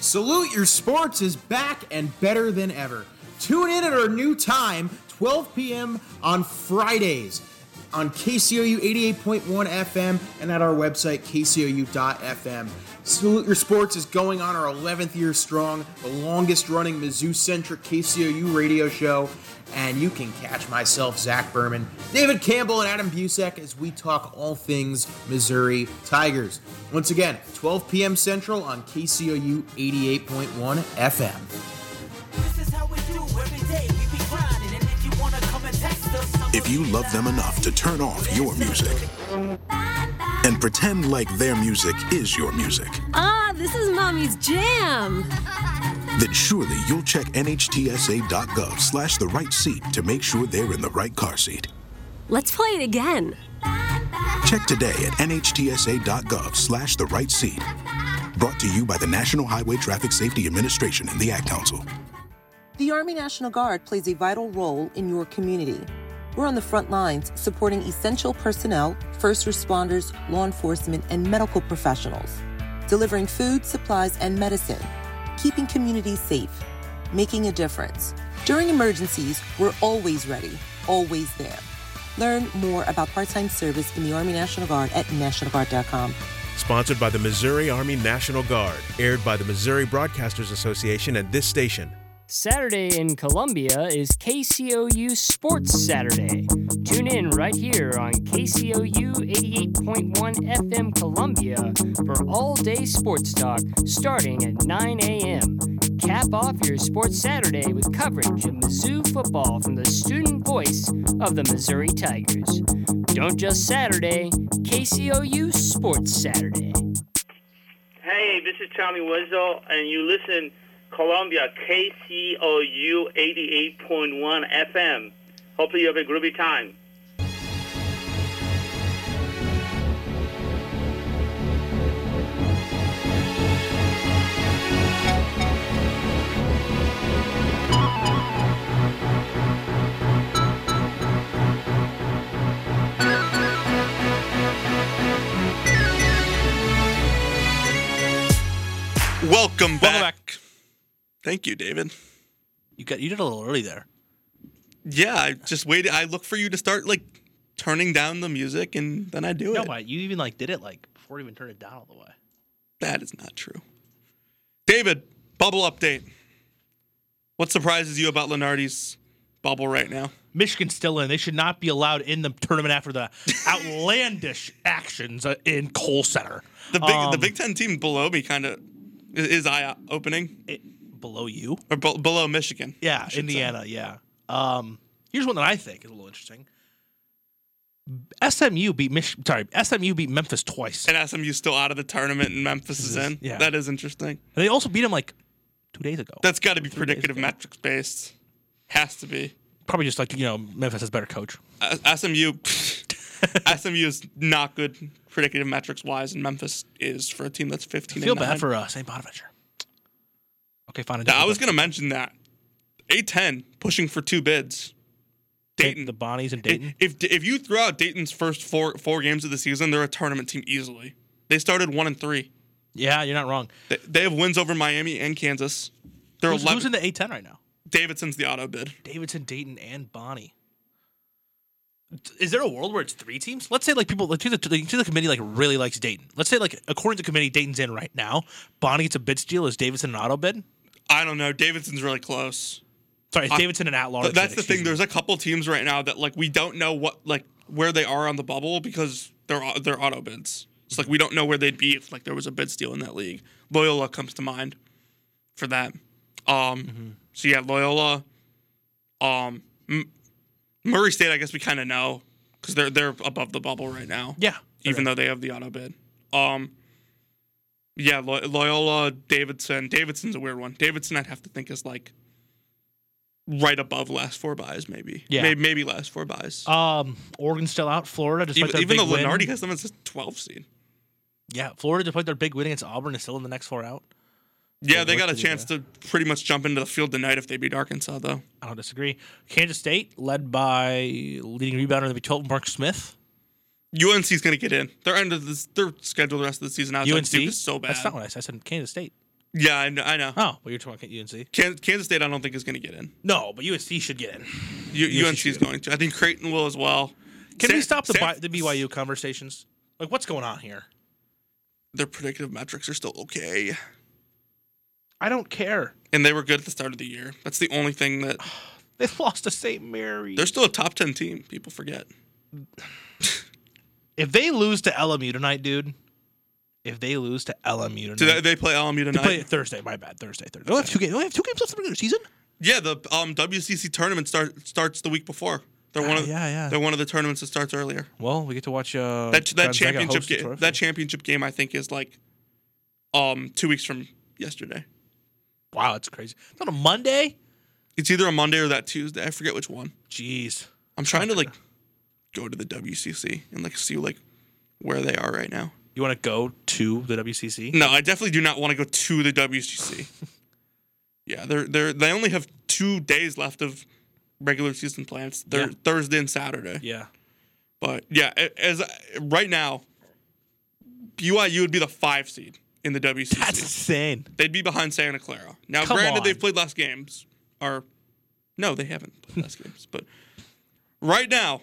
S1: Salute Your Sports is back and better than ever. Tune in at our new time, 12 p.m. on Fridays on KCOU 88.1 FM and at our website, kcou.fm. Salute Your Sports is going on our 11th year strong, the longest running Mizzou centric KCOU radio show. And you can catch myself, Zach Berman, David Campbell, and Adam Busek as we talk all things Missouri Tigers. Once again, 12 p.m. Central on KCOU 88.1 FM.
S4: This is how we do every day. We be grinding, and if you wanna come and text us, I'm
S5: if you love them enough to turn off your music and pretend like their music is your music,
S6: Ah, this is mommy's jam.
S5: then surely you'll check nhtsa.gov slash the right seat to make sure they're in the right car seat.
S6: Let's play it again.
S5: Check today at nhtsa.gov slash the right seat. Brought to you by the National Highway Traffic Safety Administration and the Ad Council.
S7: The Army National Guard plays a vital role in your community. We're on the front lines supporting essential personnel, first responders, law enforcement, and medical professionals, delivering food, supplies, and medicine, keeping communities safe, making a difference. During emergencies, we're always ready, always there. Learn more about part time service in the Army National Guard at NationalGuard.com.
S8: Sponsored by the Missouri Army National Guard. Aired by the Missouri Broadcasters Association and this station.
S9: Saturday in Columbia is KCOU Sports Saturday. Tune in right here on KCOU 88.1 FM Columbia for all day sports talk starting at 9 a.m. Cap off your Sports Saturday with coverage of Mizzou football from the student voice of the Missouri Tigers. Don't just Saturday, KCOU Sports Saturday.
S10: Hey, this is Tommy Winslow, and you listen Columbia KCOU 88.1 FM. Hopefully you have a groovy time.
S2: Welcome back. Thank you, David.
S3: You got you did a little early there.
S2: Yeah, I just waited. I look for you to start like turning down the music, and then I do
S3: no,
S2: it.
S3: but you even like did it like before you even turned it down all the way.
S2: That is not true. David, bubble update. What surprises you about Lenardi's bubble right now?
S3: Michigan's still in. They should not be allowed in the tournament after the outlandish actions uh, in Cole Center.
S2: The big, the
S3: Um,
S2: Big Ten team below me kind of is, eye opening.
S3: below you
S2: or be- below Michigan?
S3: Yeah,
S2: I should say.
S3: Indiana. Yeah. Um, here's one that I think is a little interesting. SMU beat Mich- sorry, SMU beat Memphis twice.
S2: And SMU's still out of the tournament, and Memphis is in.
S3: yeah.
S2: that is interesting.
S3: And they also beat him like two days ago.
S2: That's got to be predictive metrics based. Has to be.
S3: Probably just like you know Memphis has better coach.
S2: Uh, SMU, SMU is not good predictive metrics wise, and Memphis is for a team that's
S3: I
S2: fifteen.
S3: feel
S2: and
S3: bad
S2: nine.
S3: for uh, St. Bonaventure. Okay, fine.
S2: Now, I was gonna mention that A ten pushing for two bids. Dayton,
S3: the Bonnies and
S2: I-
S3: Dayton.
S2: If if you throw out Dayton's first four four games of the season, they're a tournament team easily. They started one and three.
S3: Yeah, you're not wrong.
S2: They, they have wins over Miami and Kansas. They're
S3: Who's, who's
S2: 11.
S3: in the A10 right now?
S2: Davidson's the auto bid.
S3: Davidson, Dayton, and Bonnie. Is there a world where it's three teams? Let's say like people, let's say the, let's say the committee like really likes Dayton. Let's say like according to the committee, Dayton's in right now. Bonnie gets a bid steal. Is Davidson an auto bid?
S2: I don't know. Davidson's really close.
S3: Sorry, is
S2: I-
S3: Davidson an at large?
S2: Th- That's the thing. There's a couple teams right now that like we don't know what like where they are on the bubble because they're au- they're auto bids. It's like we don't know where they'd be if like there was a bid steal in that league. Loyola comes to mind for that. Um, so yeah, Loyola, um, M- Murray State. I guess we kind of know because they're they're above the bubble right now.
S3: Yeah,
S2: even though they have the auto bid. Um, yeah, Lo- Loyola, Davidson. Davidson's a weird one. Davidson, I'd have to think is like right above last four buys, maybe.
S3: Yeah.
S2: May- maybe, last four buys.
S3: um, Oregon's still out. Florida,
S2: even
S3: despite their
S2: even though
S3: big win-
S2: Lenardi has them as a 12 seed.
S3: yeah, Florida, despite their big win against Auburn, is still in the next four out.
S2: Yeah, they
S3: what
S2: got a
S3: to do
S2: chance to pretty much jump into the field tonight if they beat Arkansas, though.
S3: I don't disagree. Kansas State, led by leading rebounder of the B12, Mark Smith.
S2: UNC's going to get in. They're under this, they're scheduled the rest of the season out.
S3: UNC
S2: Duke is so bad.
S3: That's not what I said. I said Kansas State.
S2: yeah, I know. I know.
S3: Oh, well, you're talking about UNC.
S2: Kan- Kansas State, I don't think is going to get in.
S3: No, but UNC should get in.
S2: U-
S3: should
S2: UNC is going to. I think Creighton will as well.
S3: Can
S2: San-
S3: we stop the,
S2: San-
S3: Bi- the BYU conversations? Like, what's going on here?
S2: their predictive metrics are still okay.
S3: I don't care.
S2: And they were good at the start of the year. That's the only thing that
S3: They lost to St. Mary.
S2: they're still a top 10 team. People forget.
S3: if they lose to LMU tonight, dude. If they lose to LMU tonight,
S2: Do they, they play LMU
S3: they
S2: tonight?
S3: play it Thursday. My bad, Thursday, Thursday. They only have two games. They only have two games left in the regular season.
S2: yeah, the um, WCC tournament start, starts the week before. They're one
S3: Ah,
S2: of
S3: yeah, yeah.
S2: They're one of the tournaments that starts earlier.
S3: Well, we get to watch uh,
S2: That that
S3: Gonzaga
S2: championship
S3: host the
S2: game
S3: trophy.
S2: that championship game I think is like um two weeks from yesterday.
S3: wow, it's crazy. It's on a Monday.
S2: It's either a Monday or that Tuesday. I forget which one.
S3: Jeez,
S2: I'm trying to like go to the WCC and like see like where they are right now.
S3: you want to go to the WCC?
S2: No, I definitely do not want to go to the WCC. yeah, they're they're they only have two days left of regular season plans. They're
S3: Yeah.
S2: Thursday and Saturday.
S3: Yeah,
S2: But yeah, a- as I- right now, BYU would be the five seed in the WCC.
S3: that's insane.
S2: They'd be behind Santa Clara. Now,
S3: Come
S2: granted,
S3: on.
S2: they've played less games. Or no, they haven't played less games. But right now,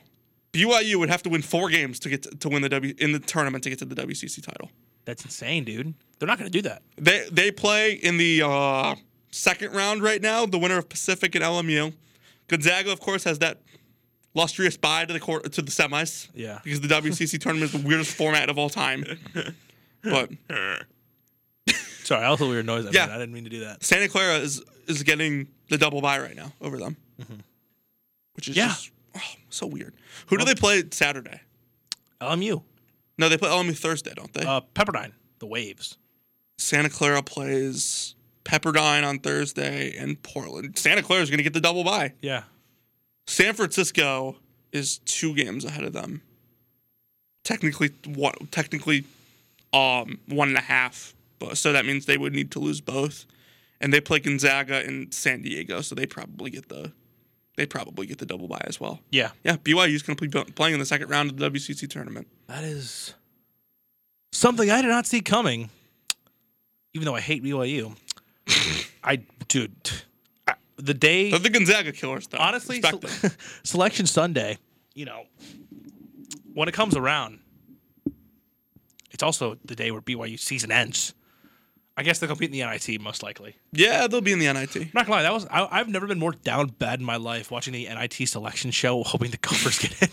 S2: BYU would have to win four games to get to, to win the W in the tournament to get to the WCC title.
S3: That's insane, dude. They're not going to do that.
S2: They they play in the uh, second round right now. The winner of Pacific and LMU. Gonzaga, of course, has that lustrous bye to the court to the semis.
S3: Yeah.
S2: because the WCC tournament is the weirdest format of all time. But
S3: Sorry, I was a weird noise. I
S2: Yeah.
S3: made. I didn't mean to do that.
S2: Santa Clara is is getting the double bye right now over them, which is
S3: Mm-hmm. Yeah.
S2: just, oh, so weird. Who do they play Saturday?
S3: LMU,
S2: No, they play LMU Thursday, don't they?
S3: uh, Pepperdine, the Waves.
S2: Santa Clara plays Pepperdine on Thursday and Portland. Santa Clara is going to get the double bye.
S3: Yeah,
S2: San Francisco is two games ahead of them. Technically, one, technically, um, one and a half. But so that means they would need to lose both, and they play Gonzaga and San Diego, so they probably get the, they probably get the double bye as well.
S3: yeah.
S2: Yeah, BYU's going to be playing in the second round of the WCC tournament.
S3: That is something I did not see coming. even though I hate BYU, I dude, I, the day
S2: They're the Gonzaga killers, though.
S3: honestly,
S2: Respect
S3: se-
S2: them.
S3: Selection Sunday, you know, when it comes around, it's also the day where BYU season ends. I guess they'll compete in the NIT most likely.
S2: yeah, they'll be in the NIT.
S3: I'm not gonna lie, that was I, I've never been more down bad in my life watching the NIT selection show, hoping the Gophers get in.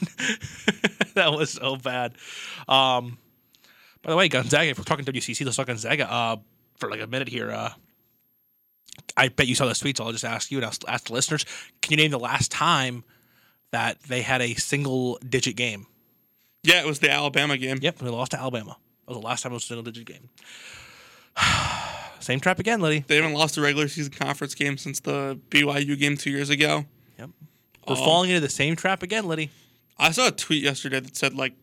S3: that was so bad. Um, by the way, Gonzaga. If we're talking WCC, let's talk Gonzaga. Uh, for like a minute here. Uh, I bet you saw the tweets. I'll just ask you and I'll s- ask the listeners. Can you name the last time that they had a single digit game?
S2: Yeah, it was the Alabama game.
S3: Yep, they lost to Alabama. That was the last time it was a single digit game. Same trap again, Liddy.
S2: They haven't lost a regular season conference game since the BYU game two years ago.
S3: Yep. We're falling into the same trap again, Liddy.
S2: I saw a tweet yesterday that said like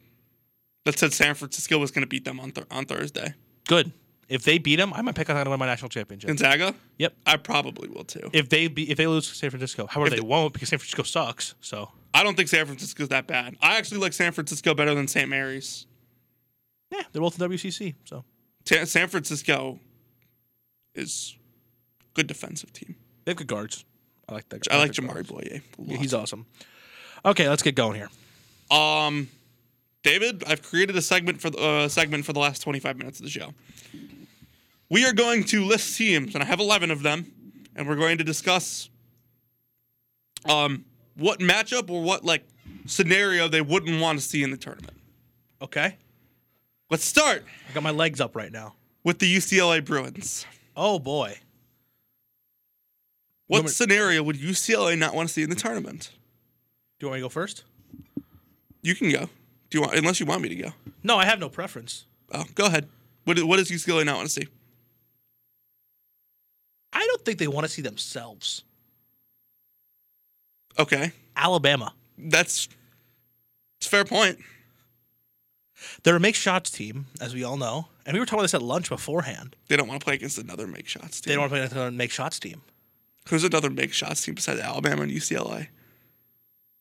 S2: that said San Francisco was going to beat them on th- on Thursday.
S3: Good. If they beat them, I might pick on them to win my national championship.
S2: Gonzaga,
S3: Yep.
S2: I probably will too.
S3: If they be, if they lose to San Francisco, however
S2: If
S3: they,
S2: they-
S3: won't because San Francisco sucks. So
S2: I don't think San Francisco's that bad. I actually like San Francisco better than St. Mary's.
S3: yeah, they're both in WCC. So
S2: Ta- San Francisco is a good defensive team.
S3: they have good guards. I like that.
S2: I like
S3: their
S2: Jamari
S3: guards.
S2: Boyer. a
S3: Yeah,
S2: lot.
S3: he's awesome. Okay, let's get going here.
S2: Um, David, I've created a segment for the uh, segment for the last 25 minutes of the show. We are going to list teams, and I have 11 of them, and we're going to discuss um what matchup or what like scenario they wouldn't want to see in the tournament.
S3: Okay,
S2: Let's start
S3: I got my legs up right now.
S2: with the UCLA Bruins.
S3: Oh boy,
S2: What
S3: Number-
S2: scenario would UCLA not want to see in the tournament?
S3: do you want me to go first?
S2: You can go. Do you want? Unless you want me to go.
S3: No, I have no preference.
S2: Oh, go ahead. What what does UCLA not want to see?
S3: I don't think they want to see themselves.
S2: Okay,
S3: Alabama,
S2: that's it's a fair point.
S3: they're a make shots team, as we all know, and we were talking about this at lunch beforehand.
S2: They don't want to play against another make shots team.
S3: They don't want to play another make shots team.
S2: Who's another make shots team besides Alabama and UCLA?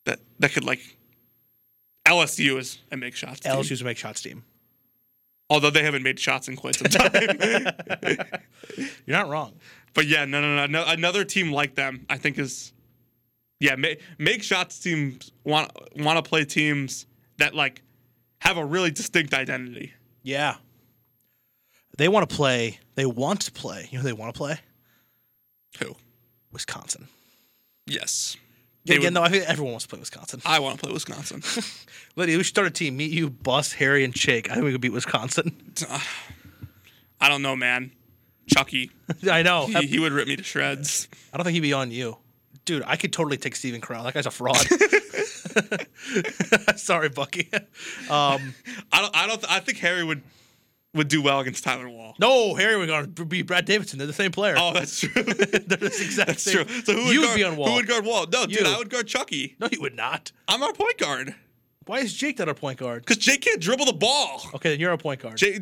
S2: That that could like LSU is a make shots team.
S3: LSU's a make shots team.
S2: Although they haven't made shots in quite some time.
S3: You're not wrong.
S2: but yeah, no, no, no, no. Another team like them, I think is yeah. Make, make shots teams want want to play teams that like have a really distinct identity.
S3: Yeah. They want to play. They want to play. You know who they want to play?
S2: Who?
S3: Wisconsin.
S2: Yes. They would-
S3: Again, though, I think everyone wants to play Wisconsin.
S2: I want to play Wisconsin.
S3: Lydia, we should start a team. Meet you, Bus, Harry, and Shake. I think we could beat Wisconsin.
S2: I don't know, man. Chucky,
S3: I know.
S2: he, he would rip me to shreds.
S3: I don't think he'd be on you. Dude, I could totally take Steven Crowell. That guy's a fraud. Sorry, Bucky. Um,
S2: I don't. I don't. Th- I think Harry would would do well against Tyler Wall.
S3: no, Harry would guard- be Brad Davidson. They're the same player.
S2: Oh, that's true.
S3: They're the exact
S2: that's
S3: same.
S2: true. So who would,
S3: you
S2: guard,
S3: would be on Wall.
S2: Who would guard Wall? No,
S3: You.
S2: dude, I would guard Chucky.
S3: no, you would not.
S2: I'm our point guard
S3: Why is Jake not our point guard?
S2: because Jake can't dribble the ball.
S3: Okay, then you're our point guard.
S2: Jake,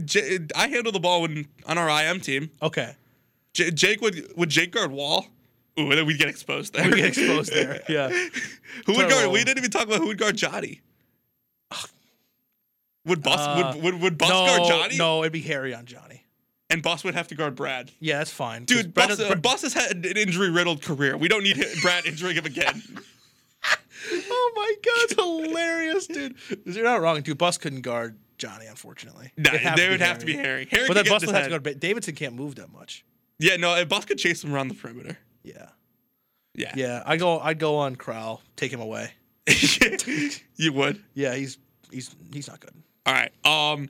S2: I handle the ball when on our IM team.
S3: Okay.
S2: J- Jake would would Jake guard Wall? Ooh, and then we'd get exposed there.
S3: We get exposed there. Yeah.
S2: who would
S3: Tyler
S2: guard?
S3: Wall.
S2: We didn't even talk about who would guard Johnny. Would Bus
S3: Uh,
S2: would, would would Bus guard Johnny?
S3: No, it'd be Harry on Johnny.
S2: And Bus would have to guard Brad.
S3: Yeah, that's fine. 'cause
S2: Dude,
S3: Brad
S2: Bus,
S3: does-
S2: uh, Bus has had an injury riddled career. We don't need him- Brad injuring him again.
S3: oh my god, it's hilarious, dude. You're not wrong, dude. Bus couldn't guard Johnny, unfortunately.
S2: No,
S3: It'd
S2: they would have to be Harry. Harry
S3: But
S2: could
S3: then
S2: get
S3: Bus
S2: in
S3: would
S2: his
S3: have to
S2: head.
S3: guard. Ba- Davidson can't move that much.
S2: Yeah, no, and Bus could chase him around the perimeter.
S3: Yeah.
S2: Yeah.
S3: Yeah, I go. I'd go on Crowell, take him away.
S2: you would.
S3: Yeah, he's he's he's not good.
S2: All right. Um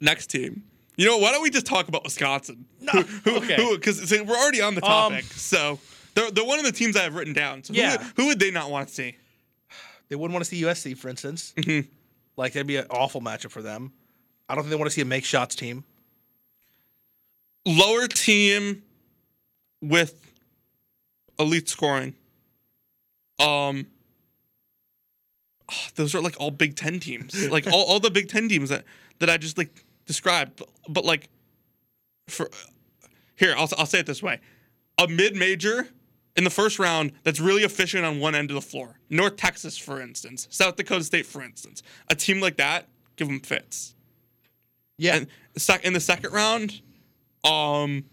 S2: next team. You know, why don't we just talk about Wisconsin?
S3: No,
S2: Who,
S3: okay.
S2: Because we're already on the
S3: Um,
S2: topic. so they're, they're one of the teams I have written down. So who,
S3: Yeah.
S2: would- who would they not want to see?
S3: They wouldn't want to see USC, for instance.
S2: Mm-hmm.
S3: Like that'd be an awful matchup for them. I don't think they want to see a make shots team.
S2: Lower team with elite scoring. Um, ah, those are like all Big Ten teams, like all, all the Big Ten teams that that I just like described. But, but like, for here, I'll I'll say it this way: a mid major in the first round that's really efficient on one end of the floor. North Texas, for instance, South Dakota State, for instance, a team like that, give them fits.
S3: Yeah,
S2: And sec- in the second round, Um,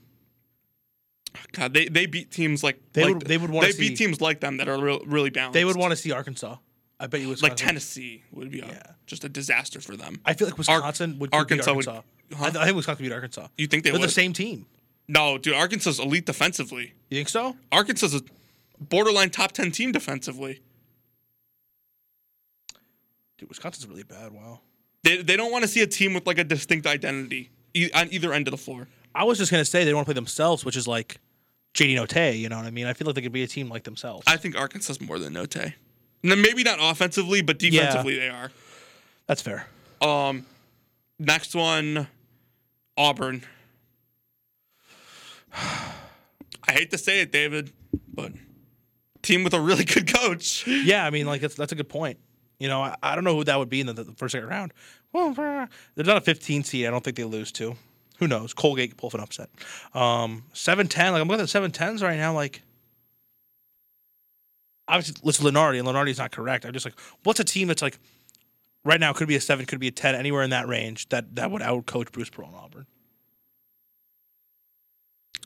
S2: God, they, they beat teams like
S3: They
S2: like-
S3: would- they would wanna
S2: they
S3: see-
S2: beat teams like them that are real, really balanced.
S3: They would want to see Arkansas. I bet you Wisconsin.
S2: like Tennessee would be a, just a disaster for them.
S3: I feel like Wisconsin would beat
S2: Arkansas
S3: Arkansas.
S2: would-
S3: I, th- I think Wisconsin beat Arkansas.
S2: You think they
S3: They're
S2: would?
S3: the same team?
S2: No, dude. Arkansas's elite defensively.
S3: You think so?
S2: Arkansas's a borderline top ten team defensively.
S3: Dude, Wisconsin's really bad. Wow.
S2: They they don't want to see a team with like a distinct identity e- on either end of the floor.
S3: I was just gonna say they don't want to play themselves, which is like JD Note. You know what I mean? I feel like they could be a team like themselves.
S2: I think Arkansas's more than Note. No, Maybe not offensively, but defensively they
S3: That's fair.
S2: are. Um, next one, Auburn. I hate to say it, David, but team with a really good coach.
S3: Yeah, I mean, like that's that's a good point. You know, I, I don't know who that would be in the, the first second round. Well, bruh, they're not a 15 seed. I don't think they lose to. Who knows? Colgate could pull off an upset. Um, 7-10. Like I'm looking at the 7-10s right now. Like obviously, it's Lenardi, and Lenardi's not correct. I'm just like, what's a team that's like right now could be a seven, could be a ten, anywhere in that range that that would outcoach Bruce Pearl and Auburn.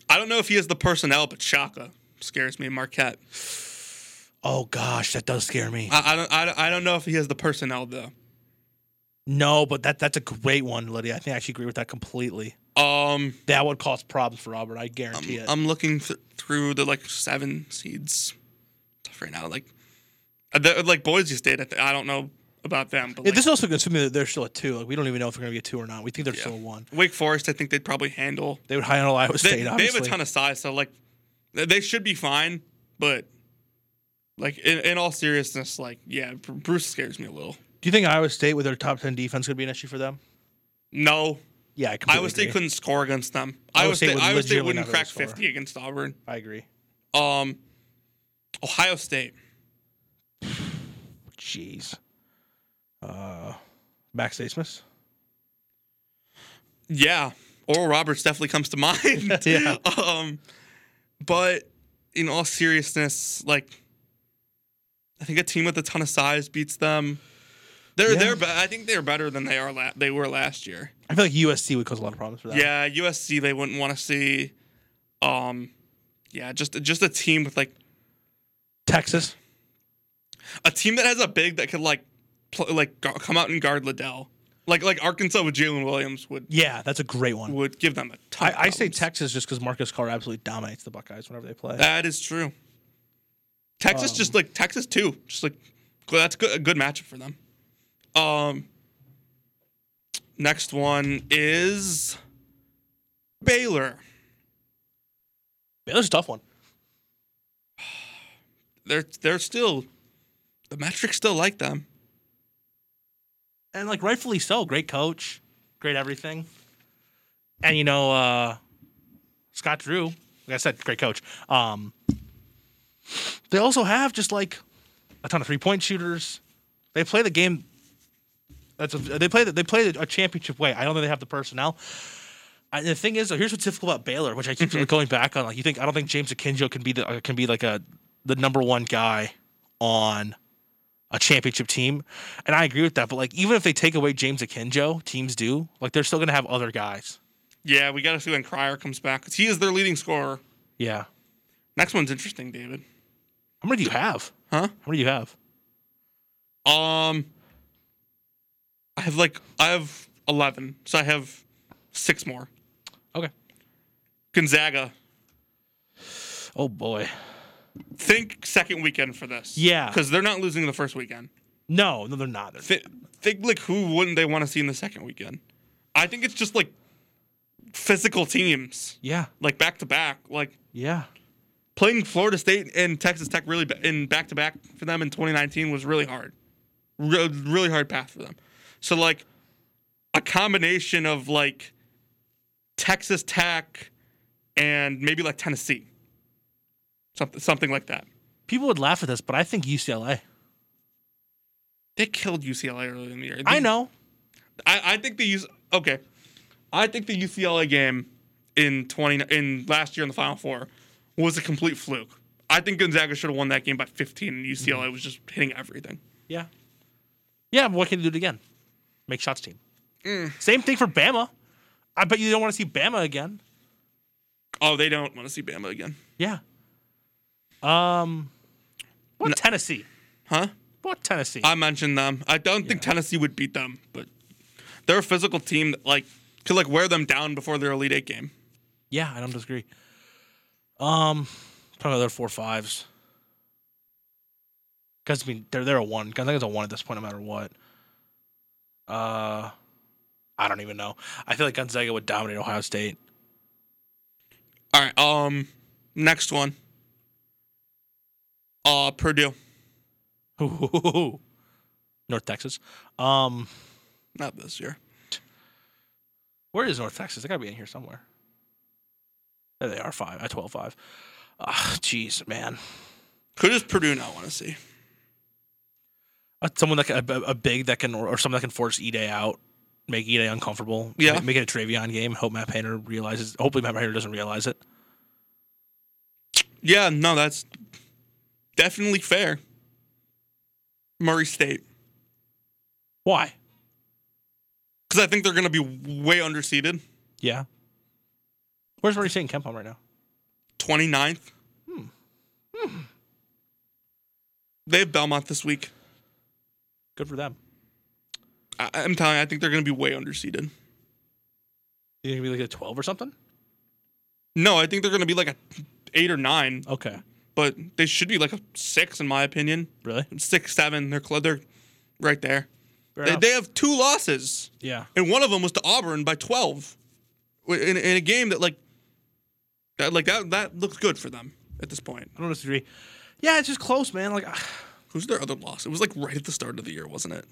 S2: I don't know if he has the personnel, but Shaka scares me. Marquette.
S3: Oh gosh, that does scare me.
S2: I, I don't. I, don't- I don't know if he has the personnel though.
S3: no, but that that's a great one, Lydia. I think I actually agree with that completely.
S2: Um,
S3: That would cause problems for Auburn. I guarantee it.
S2: I'm looking th- through the like seven seeds Tough right now. Like, uh, the, like Boise State. I, th- I don't know about them, but
S3: Yeah,
S2: like,
S3: this is also assuming that they're still a two. Like we don't even know if they're going to be a two or not. We think they're still a one.
S2: Wake Forest. I think they'd probably handle.
S3: They would high on Iowa
S2: They,
S3: State.
S2: they have
S3: obviously.
S2: a ton of size, so like, th- they should be fine. But like, in, in all seriousness, like, yeah, Br- Bruce scares me a little.
S3: Do you think Iowa State with their top ten defense could be an issue for them?
S2: No,
S3: Yeah, I completely
S2: Iowa State
S3: agree.
S2: couldn't score against them.
S3: Iowa
S2: Iowa
S3: State
S2: State,
S3: would
S2: Iowa State
S3: legitimately
S2: wouldn't
S3: not really
S2: crack
S3: score.
S2: 50 against Auburn.
S3: I agree.
S2: Um, Ohio State.
S3: Jeez. Uh, Max Smith.
S2: Yeah, Oral Roberts definitely comes to mind.
S3: Yeah.
S2: Um, but in all seriousness, like, I think a team with a ton of size beats them. They're
S3: Yeah.
S2: they're be- I think they're better than they are la- they were last year.
S3: I feel like USC would cause a lot of problems for that.
S2: Yeah, USC they wouldn't want to see. Um, yeah, just just a team with like
S3: Texas.
S2: a team that has a big that could like pl- like gu- come out and guard Liddell, like like Arkansas with Jalen Williams would
S3: Yeah, that's a great one.
S2: would give them a ton. of
S3: I, I say
S2: problems.
S3: Texas just because Marcus Carr absolutely dominates the Buckeyes whenever they play.
S2: That is true. Texas just
S3: Um,
S2: like Texas too. Just like well, that's good, a good matchup for them. Um, next one is Baylor.
S3: Baylor's a tough one.
S2: They're they're still the metrics still like them.
S3: and like rightfully so. Great coach, great everything, and you know uh, Scott Drew. Like I said, great coach. Um, they also have just like a ton of three point shooters. They play the game. That's a, they play the, they play the, a championship way. I don't think they have the personnel. I, the thing is, though, here's what's difficult about Baylor, which I keep going back on. Like you think I don't think James Akinjo can be the uh, can be like a the number one guy on a championship team. And I agree with that. But like, even if they take away James Akinjo, teams do, like, they're still going to have other guys.
S2: Yeah, we got to see when Crier comes back 'cause he is their leading scorer.
S3: Yeah.
S2: Next one's interesting, David.
S3: How many do you have?
S2: Huh?
S3: How many do you have?
S2: Um, I have like I have eleven, so I have six more.
S3: Okay.
S2: Gonzaga,
S3: Oh, boy.
S2: think second weekend for this.
S3: Yeah.
S2: Because they're not losing the first weekend.
S3: No, no, they're not. They're-
S2: Thi- think like who wouldn't they want to see in the second weekend? I think it's just like physical teams,
S3: yeah.
S2: like back to back, like
S3: Yeah.
S2: playing Florida State and Texas Tech really ba- in back to back for them in 2019 was really hard, Re- really hard path for them. So like a combination of like Texas Tech and maybe like Tennessee, something something like that.
S3: People would laugh at this, but I think UCLA.
S2: They killed UCLA earlier in the year.
S3: I
S2: They-
S3: know.
S2: I, I think the use okay. I think the UCLA game in twenty in last year in the Final Four was a complete fluke. I think Gonzaga should have won that game by fifteen, and UCLA
S3: Mm-hmm.
S2: was just hitting everything.
S3: Yeah. Yeah, but what can you do it again?
S2: Mm.
S3: Make shots team. Same thing for Bama. I bet you don't want to see Bama again.
S2: Oh, they don't want to see Bama again.
S3: Yeah. Um, what
S2: No.
S3: Tennessee?
S2: Huh?
S3: What Tennessee?
S2: I mentioned them. I don't think Tennessee would beat them, but they're a physical team that like could like wear them down before their Elite Eight game.
S3: yeah, I don't disagree. Um, probably their four fives. Because I mean, they're they're a one. 'Cause I think it's a one at this point, no matter what. Uh, I don't even know. I feel like Gonzaga would dominate Ohio State.
S2: All right. Um, next one. Uh, Purdue.
S3: North Texas. Um,
S2: Not this year.
S3: where is North Texas? They gotta be in here somewhere. There they are. Five. I twelve five. Ah, jeez, man.
S2: Who does Purdue not want to see?
S3: Uh, someone that can, a, a big that can, or someone that can force Ide out, make Ide uncomfortable.
S2: Yeah.
S3: make, make it a Travion game. Hope Matt Painter realizes. Hopefully, Matt Painter doesn't realize it.
S2: Yeah, no, that's definitely fair. Murray State,
S3: Why?
S2: because I think they're gonna be way underseeded,
S3: Yeah. Where's Murray St. Kemp on right now?
S2: 29th.
S3: Hmm.
S2: Hmm. They have Belmont this week.
S3: Good for them.
S2: I- I'm telling you, I think they're gonna be way underseeded.
S3: You think it'd be like a twelve or something?
S2: No, I think they're gonna be like a eight or nine,
S3: Okay.
S2: but they should be like a six in my opinion.
S3: Really?
S2: Six, seven. They're cl- they're right there.
S3: Fair
S2: They,
S3: enough.
S2: they have two losses.
S3: yeah.
S2: and one of them was to Auburn by 12 in, in a game that like that like that that looks good for them at this point.
S3: I don't disagree. Yeah, it's just close, man. Like, ah,
S2: Who's their other loss? It was like right at the start of the year, wasn't it?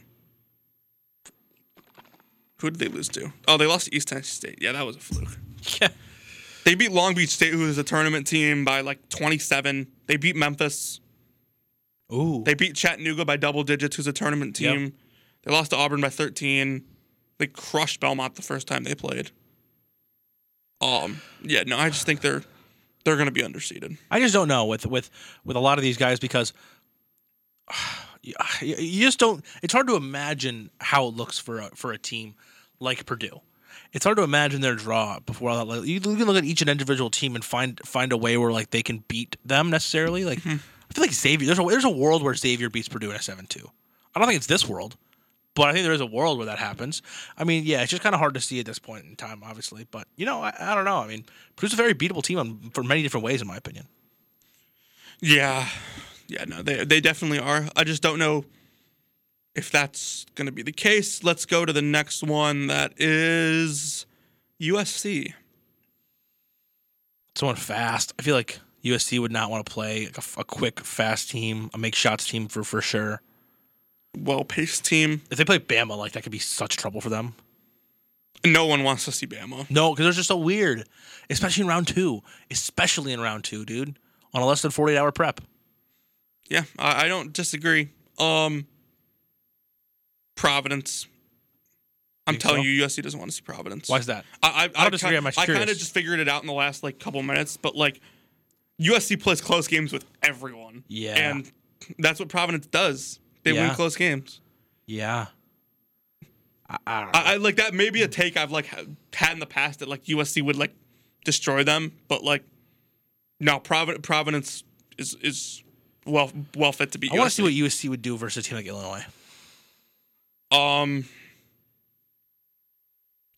S2: Who did they lose to? Oh, they lost to East Tennessee State. Yeah, that was a fluke.
S3: yeah.
S2: They beat Long Beach State, who is a tournament team, by like 27. They beat Memphis.
S3: Ooh.
S2: They beat Chattanooga by double digits, who's a tournament
S3: Yep.
S2: team. They lost to Auburn by 13. They crushed Belmont the first time they played. Um, yeah, no, I just think they're they're going to be underseeded.
S3: I just don't know with with with a lot of these guys because you you just don't. It's hard to imagine how it looks for a, for a team like Purdue. It's hard to imagine their draw before all that. Like, you can look at each and individual team and find find a way where like they can beat them necessarily. Like I feel like Xavier. There's a there's a world where Xavier beats Purdue in a seven two. I don't think it's this world, but I think there is a world where that happens. I mean, yeah, it's just kind of hard to see at this point in time, obviously. But you know, I, I don't know. I mean, Purdue's a very beatable team on, for many different ways, in my opinion.
S2: Yeah, yeah, no, they they definitely are. I just don't know if that's going to be the case. Let's go to the next one. That is USC.
S3: someone fast. I feel like USC would not want to play like a, f- a quick, fast team, a make shots team for for sure.
S2: Well paced team.
S3: If they play Bama, like that could be such trouble for them.
S2: No one wants to see Bama.
S3: No, because they're just so weird, especially in round two, especially in round two, dude, on a less than forty eight hour prep.
S2: Yeah, I, I don't disagree. Um, Providence. I'm
S3: Think
S2: telling
S3: so?
S2: you, USC doesn't want to see Providence.
S3: Why is that?
S2: I, I, I,
S3: disagree, I'm just
S2: kind of
S3: curious.
S2: just figured it out in the last like couple minutes, but like USC plays close games with everyone.
S3: Yeah.
S2: and that's what Providence does. They
S3: Yeah.
S2: win close games.
S3: Yeah, I, I don't know.
S2: I, I like that. Maybe a take I've like ha- had in the past that like USC would like destroy them, but like no, Providence, Providence is is well well fit to beat.
S3: I want to
S2: USC.
S3: see what USC would do versus a team like Illinois.
S2: Um,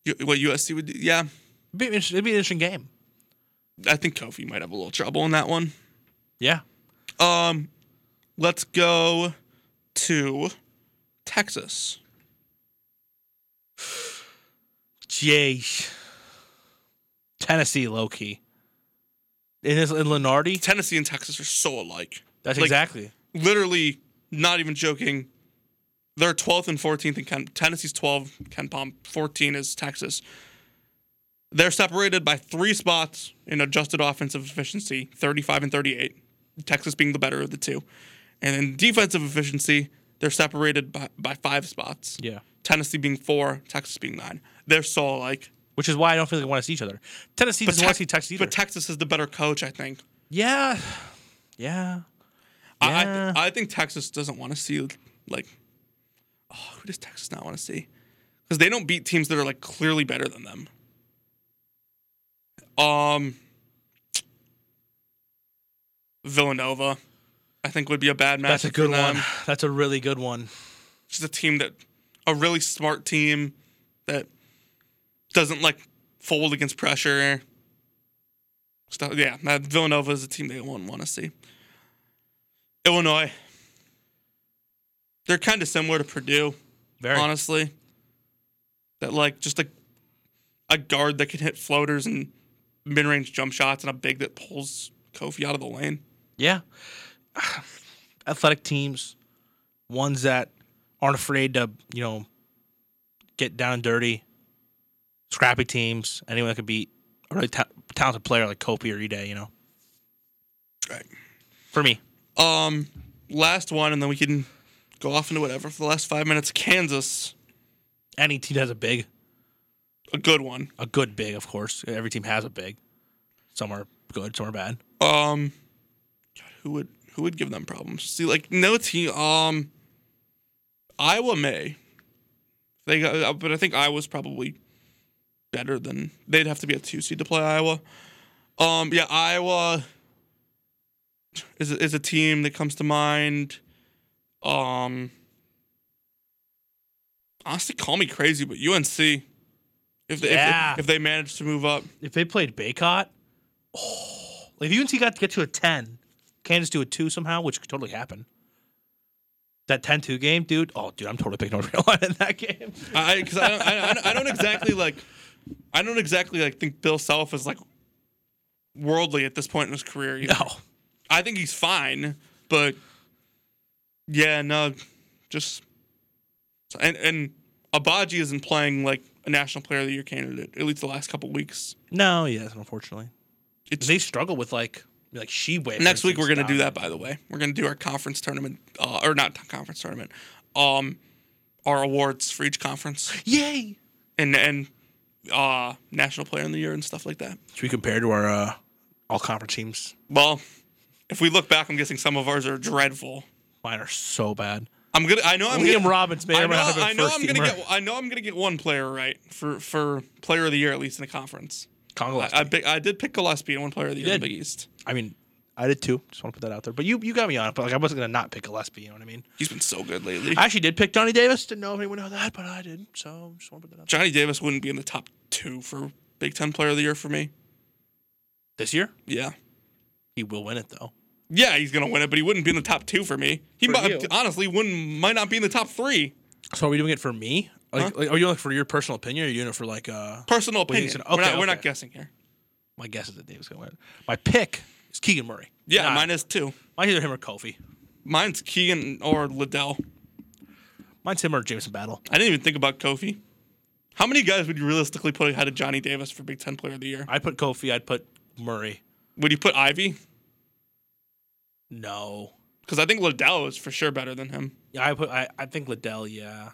S2: you- what USC would do? Yeah,
S3: It'd be, an inter- it'd be an interesting game.
S2: I think Kofi might have a little trouble in that one.
S3: Yeah,
S2: Um, let's go to Texas.
S3: jeez, Tennessee low key. In, this, in Lenardi,
S2: Tennessee and Texas are so alike.
S3: that's
S2: Like,
S3: exactly.
S2: Literally, not even joking. They're 12th and 14th, and Ken, Tennessee's 12, Ken Palm 14 is Texas. They're separated by three spots in adjusted offensive efficiency, 35 and 38. Texas being the better of the two, and in defensive efficiency, they're separated by, by five spots.
S3: Yeah.
S2: Tennessee being four, Texas being nine. They're so alike.
S3: which is why I don't feel like I want to see each other. Tennessee doesn't want to see Texas either.
S2: But Texas is the better coach, I think.
S3: yeah, yeah.
S2: I I,
S3: Yeah.
S2: th- I think Texas doesn't want to see like oh, who does Texas not want to see? Because they don't beat teams that are like clearly better than them. Um, Villanova, I think would be a bad match.
S3: That's a good one. That's a really good one.
S2: Just a team that, a really smart team that doesn't like fold against pressure. Stuff, yeah, that Villanova is a team they wouldn't want to see. Illinois, they're kind of similar to Purdue,
S3: Very.
S2: honestly. That like just a a guard that can hit floaters and mid range jump shots, and a big that pulls Kofi out of the lane.
S3: Yeah. Athletic teams, ones that aren't afraid to, you know, get down and dirty, scrappy teams, anyone that could beat a really ta- talented player like Kopi or Ide, you know.
S2: Right.
S3: For me.
S2: Um, last one, and then we can go off into whatever for the last five minutes. Kansas,
S3: Any team that has a big,
S2: a good one.
S3: a good big, of course. Every team has a big. Some are good, some are bad.
S2: Um, God, who would who would give them problems? See, like no team. Um, Iowa may. They got, uh, but I think Iowa's probably better than they'd have to be a two seed to play Iowa. Um, yeah, Iowa is a- is a team that comes to mind. Um, honestly, call me crazy, but UNC. If they,
S3: Yeah.
S2: if, if they manage to move up,
S3: If they played Baycott, oh, like if UNC got to get to a 10, Kansas do a 2 somehow, which could totally happen. That 10 2 game, dude. Oh, dude, I'm totally picking North Carolina in that game.
S2: I because I, don't- I, I don't- I don't exactly like I don't exactly like think Bill Self is like worldly at this point in his career. either.
S3: No.
S2: I think he's fine, but yeah, no, just so- and and Abaji isn't playing like a national player of the year candidate at least the last couple weeks.
S3: No, he hasn't, unfortunately.
S2: It's-
S3: they struggle with like like she wave.
S2: Next week we're gonna do that. By the way, we're gonna do our conference tournament uh, or not conference tournament, um, our awards for each conference
S3: Yay!
S2: and and uh national player of the year and stuff like that.
S3: Should we compare to our uh, all conference teams?
S2: Well, if we look back, I'm guessing some of ours are dreadful.
S3: Mine are so bad.
S2: I'm gonna. I know. I'm
S3: Liam
S2: gonna,
S3: Robbins may
S2: I
S3: or may
S2: know.
S3: not have been
S2: I know.
S3: first
S2: I'm gonna
S3: teamer.
S2: get. I know. I'm gonna get one player right for for player of the year at least in the conference.
S3: Congo.
S2: I
S3: last
S2: I,
S3: week.
S2: pick- I did pick Gillespie and one player of the
S3: You
S2: year in the
S3: did.
S2: Big East.
S3: I mean, I did too. Just want to put that out there. But you you got me on it. But like I wasn't gonna not pick Gillespie. You know what I mean?
S2: He's been so good lately.
S3: I actually did pick Johnny Davis. Didn't know if anyone knew that, but I did. So just want to put that out. there.
S2: Johnny Davis wouldn't be in the top two for Big Ten player of the year for me.
S3: This year
S2: Yeah.
S3: he will win it though.
S2: Yeah, he's gonna win it, but he wouldn't be in the top two for me. He
S3: For
S2: might,
S3: you.
S2: honestly wouldn't might not be in the top three.
S3: So are we doing it for me? Like, like are you doing it for your personal opinion? Or are you doing it for like uh?
S2: Personal
S3: Well, he's
S2: opinion.
S3: an-
S2: we're, not,
S3: okay,
S2: we're not
S3: okay.
S2: guessing here.
S3: My guess is that Davis is gonna win. My pick is Keegan Murray.
S2: Yeah,
S3: Nah,
S2: mine is two.
S3: Mine's either him or Kofi.
S2: Mine's Keegan or Liddell.
S3: Mine's him or Jameson Battle.
S2: I didn't even think about Kofi. How many guys would you realistically put ahead of Johnny Davis for Big Ten Player of the Year?
S3: I'd put Kofi. I'd put Murray.
S2: Would you put Ivy?
S3: No.
S2: Because I think Liddell is for sure better than him.
S3: Yeah, I put. I, I think Liddell. Yeah.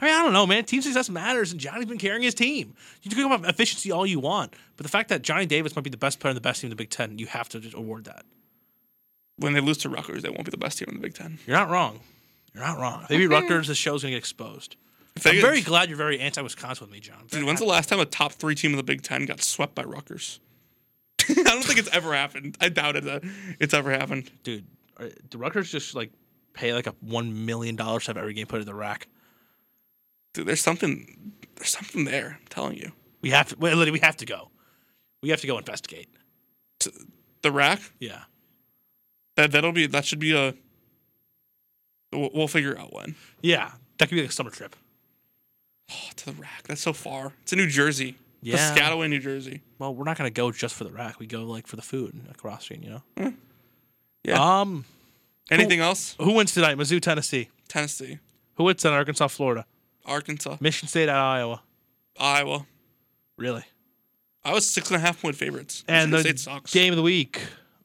S3: I mean, I don't know, man. Team success matters, and Johnny's been carrying his team. You can talk about efficiency all you want, but the fact that Johnny Davis might be the best player in the best team in the Big Ten, you have to just award that.
S2: When they lose to Rutgers, they won't be the best team in the Big Ten.
S3: You're not wrong. You're not wrong. If they beat Rutgers, the show's gonna get exposed.
S2: If
S3: I'm
S2: they-
S3: very glad you're very anti-Wisconsin with me, John.
S2: Dude, when's the last time a top three team in the Big Ten got swept by Rutgers? I don't think it's ever happened. I doubt it. uh, It's ever happened.
S3: Dude, are, do Rutgers just like pay like a one million dollars to have every game put in the rack?
S2: Dude, there's something. There's something there. I'm telling you.
S3: We have to. Well, we have to go. We have to go investigate.
S2: The rack.
S3: Yeah.
S2: That that'll be. That should be a. We'll, we'll figure out when.
S3: Yeah, that could be like a summer trip.
S2: Oh, to the rack. That's so far. It's in New Jersey.
S3: Yeah.
S2: Piscataway, New Jersey.
S3: Well, we're not gonna go just for the rack. We go like for the food across street, you know.
S2: Yeah.
S3: Um,
S2: Anything else?
S3: who wins tonight? Mizzou, Tennessee.
S2: Tennessee,
S3: Who wins tonight? Arkansas, Florida.
S2: Arkansas,
S3: Michigan State at Iowa.
S2: Iowa.
S3: Really?
S2: I was six and a half point favorites.
S3: And
S2: Michigan
S3: the
S2: State sucks.
S3: game of the week: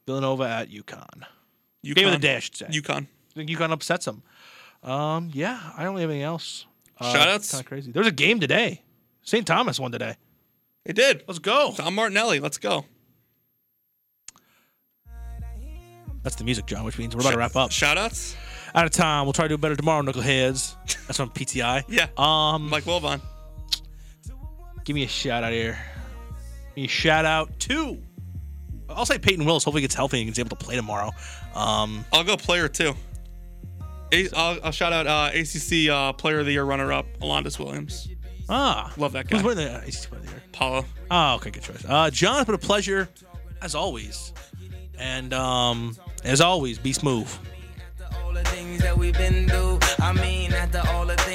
S3: Villanova at UConn.
S2: UConn,
S3: Game of the day, I should say.
S2: UConn.
S3: I think UConn upsets them. Um, yeah, I don't have anything else.
S2: Shoutouts?
S3: Kind of crazy. There's a game today. St. Thomas won today.
S2: It did.
S3: Let's go.
S2: Tom Martinelli. Let's go.
S3: That's the music, John, which means we're about to wrap up.
S2: Shout outs.
S3: Out of time. We'll try to do better tomorrow, knuckleheads. That's from PTI.
S2: Yeah.
S3: Um,
S2: Mike Wilbon.
S3: give me a shout out here. Give me a shout out to I'll say Peyton Willis. Hopefully, he gets healthy and he's able to play tomorrow. Um,
S2: I'll go player two. A- I'll, I'll shout out uh, ACC uh, Player of the Year runner-up Alondis Williams.
S3: Ah,
S2: love that guy.
S3: who's winning the ACC Player of the Year?
S2: Paulo.
S3: Oh, okay, good choice. Uh, John, it's been a pleasure as always, and um, as always, be smooth.
S11: All the things that we've been through. I mean, after all the things.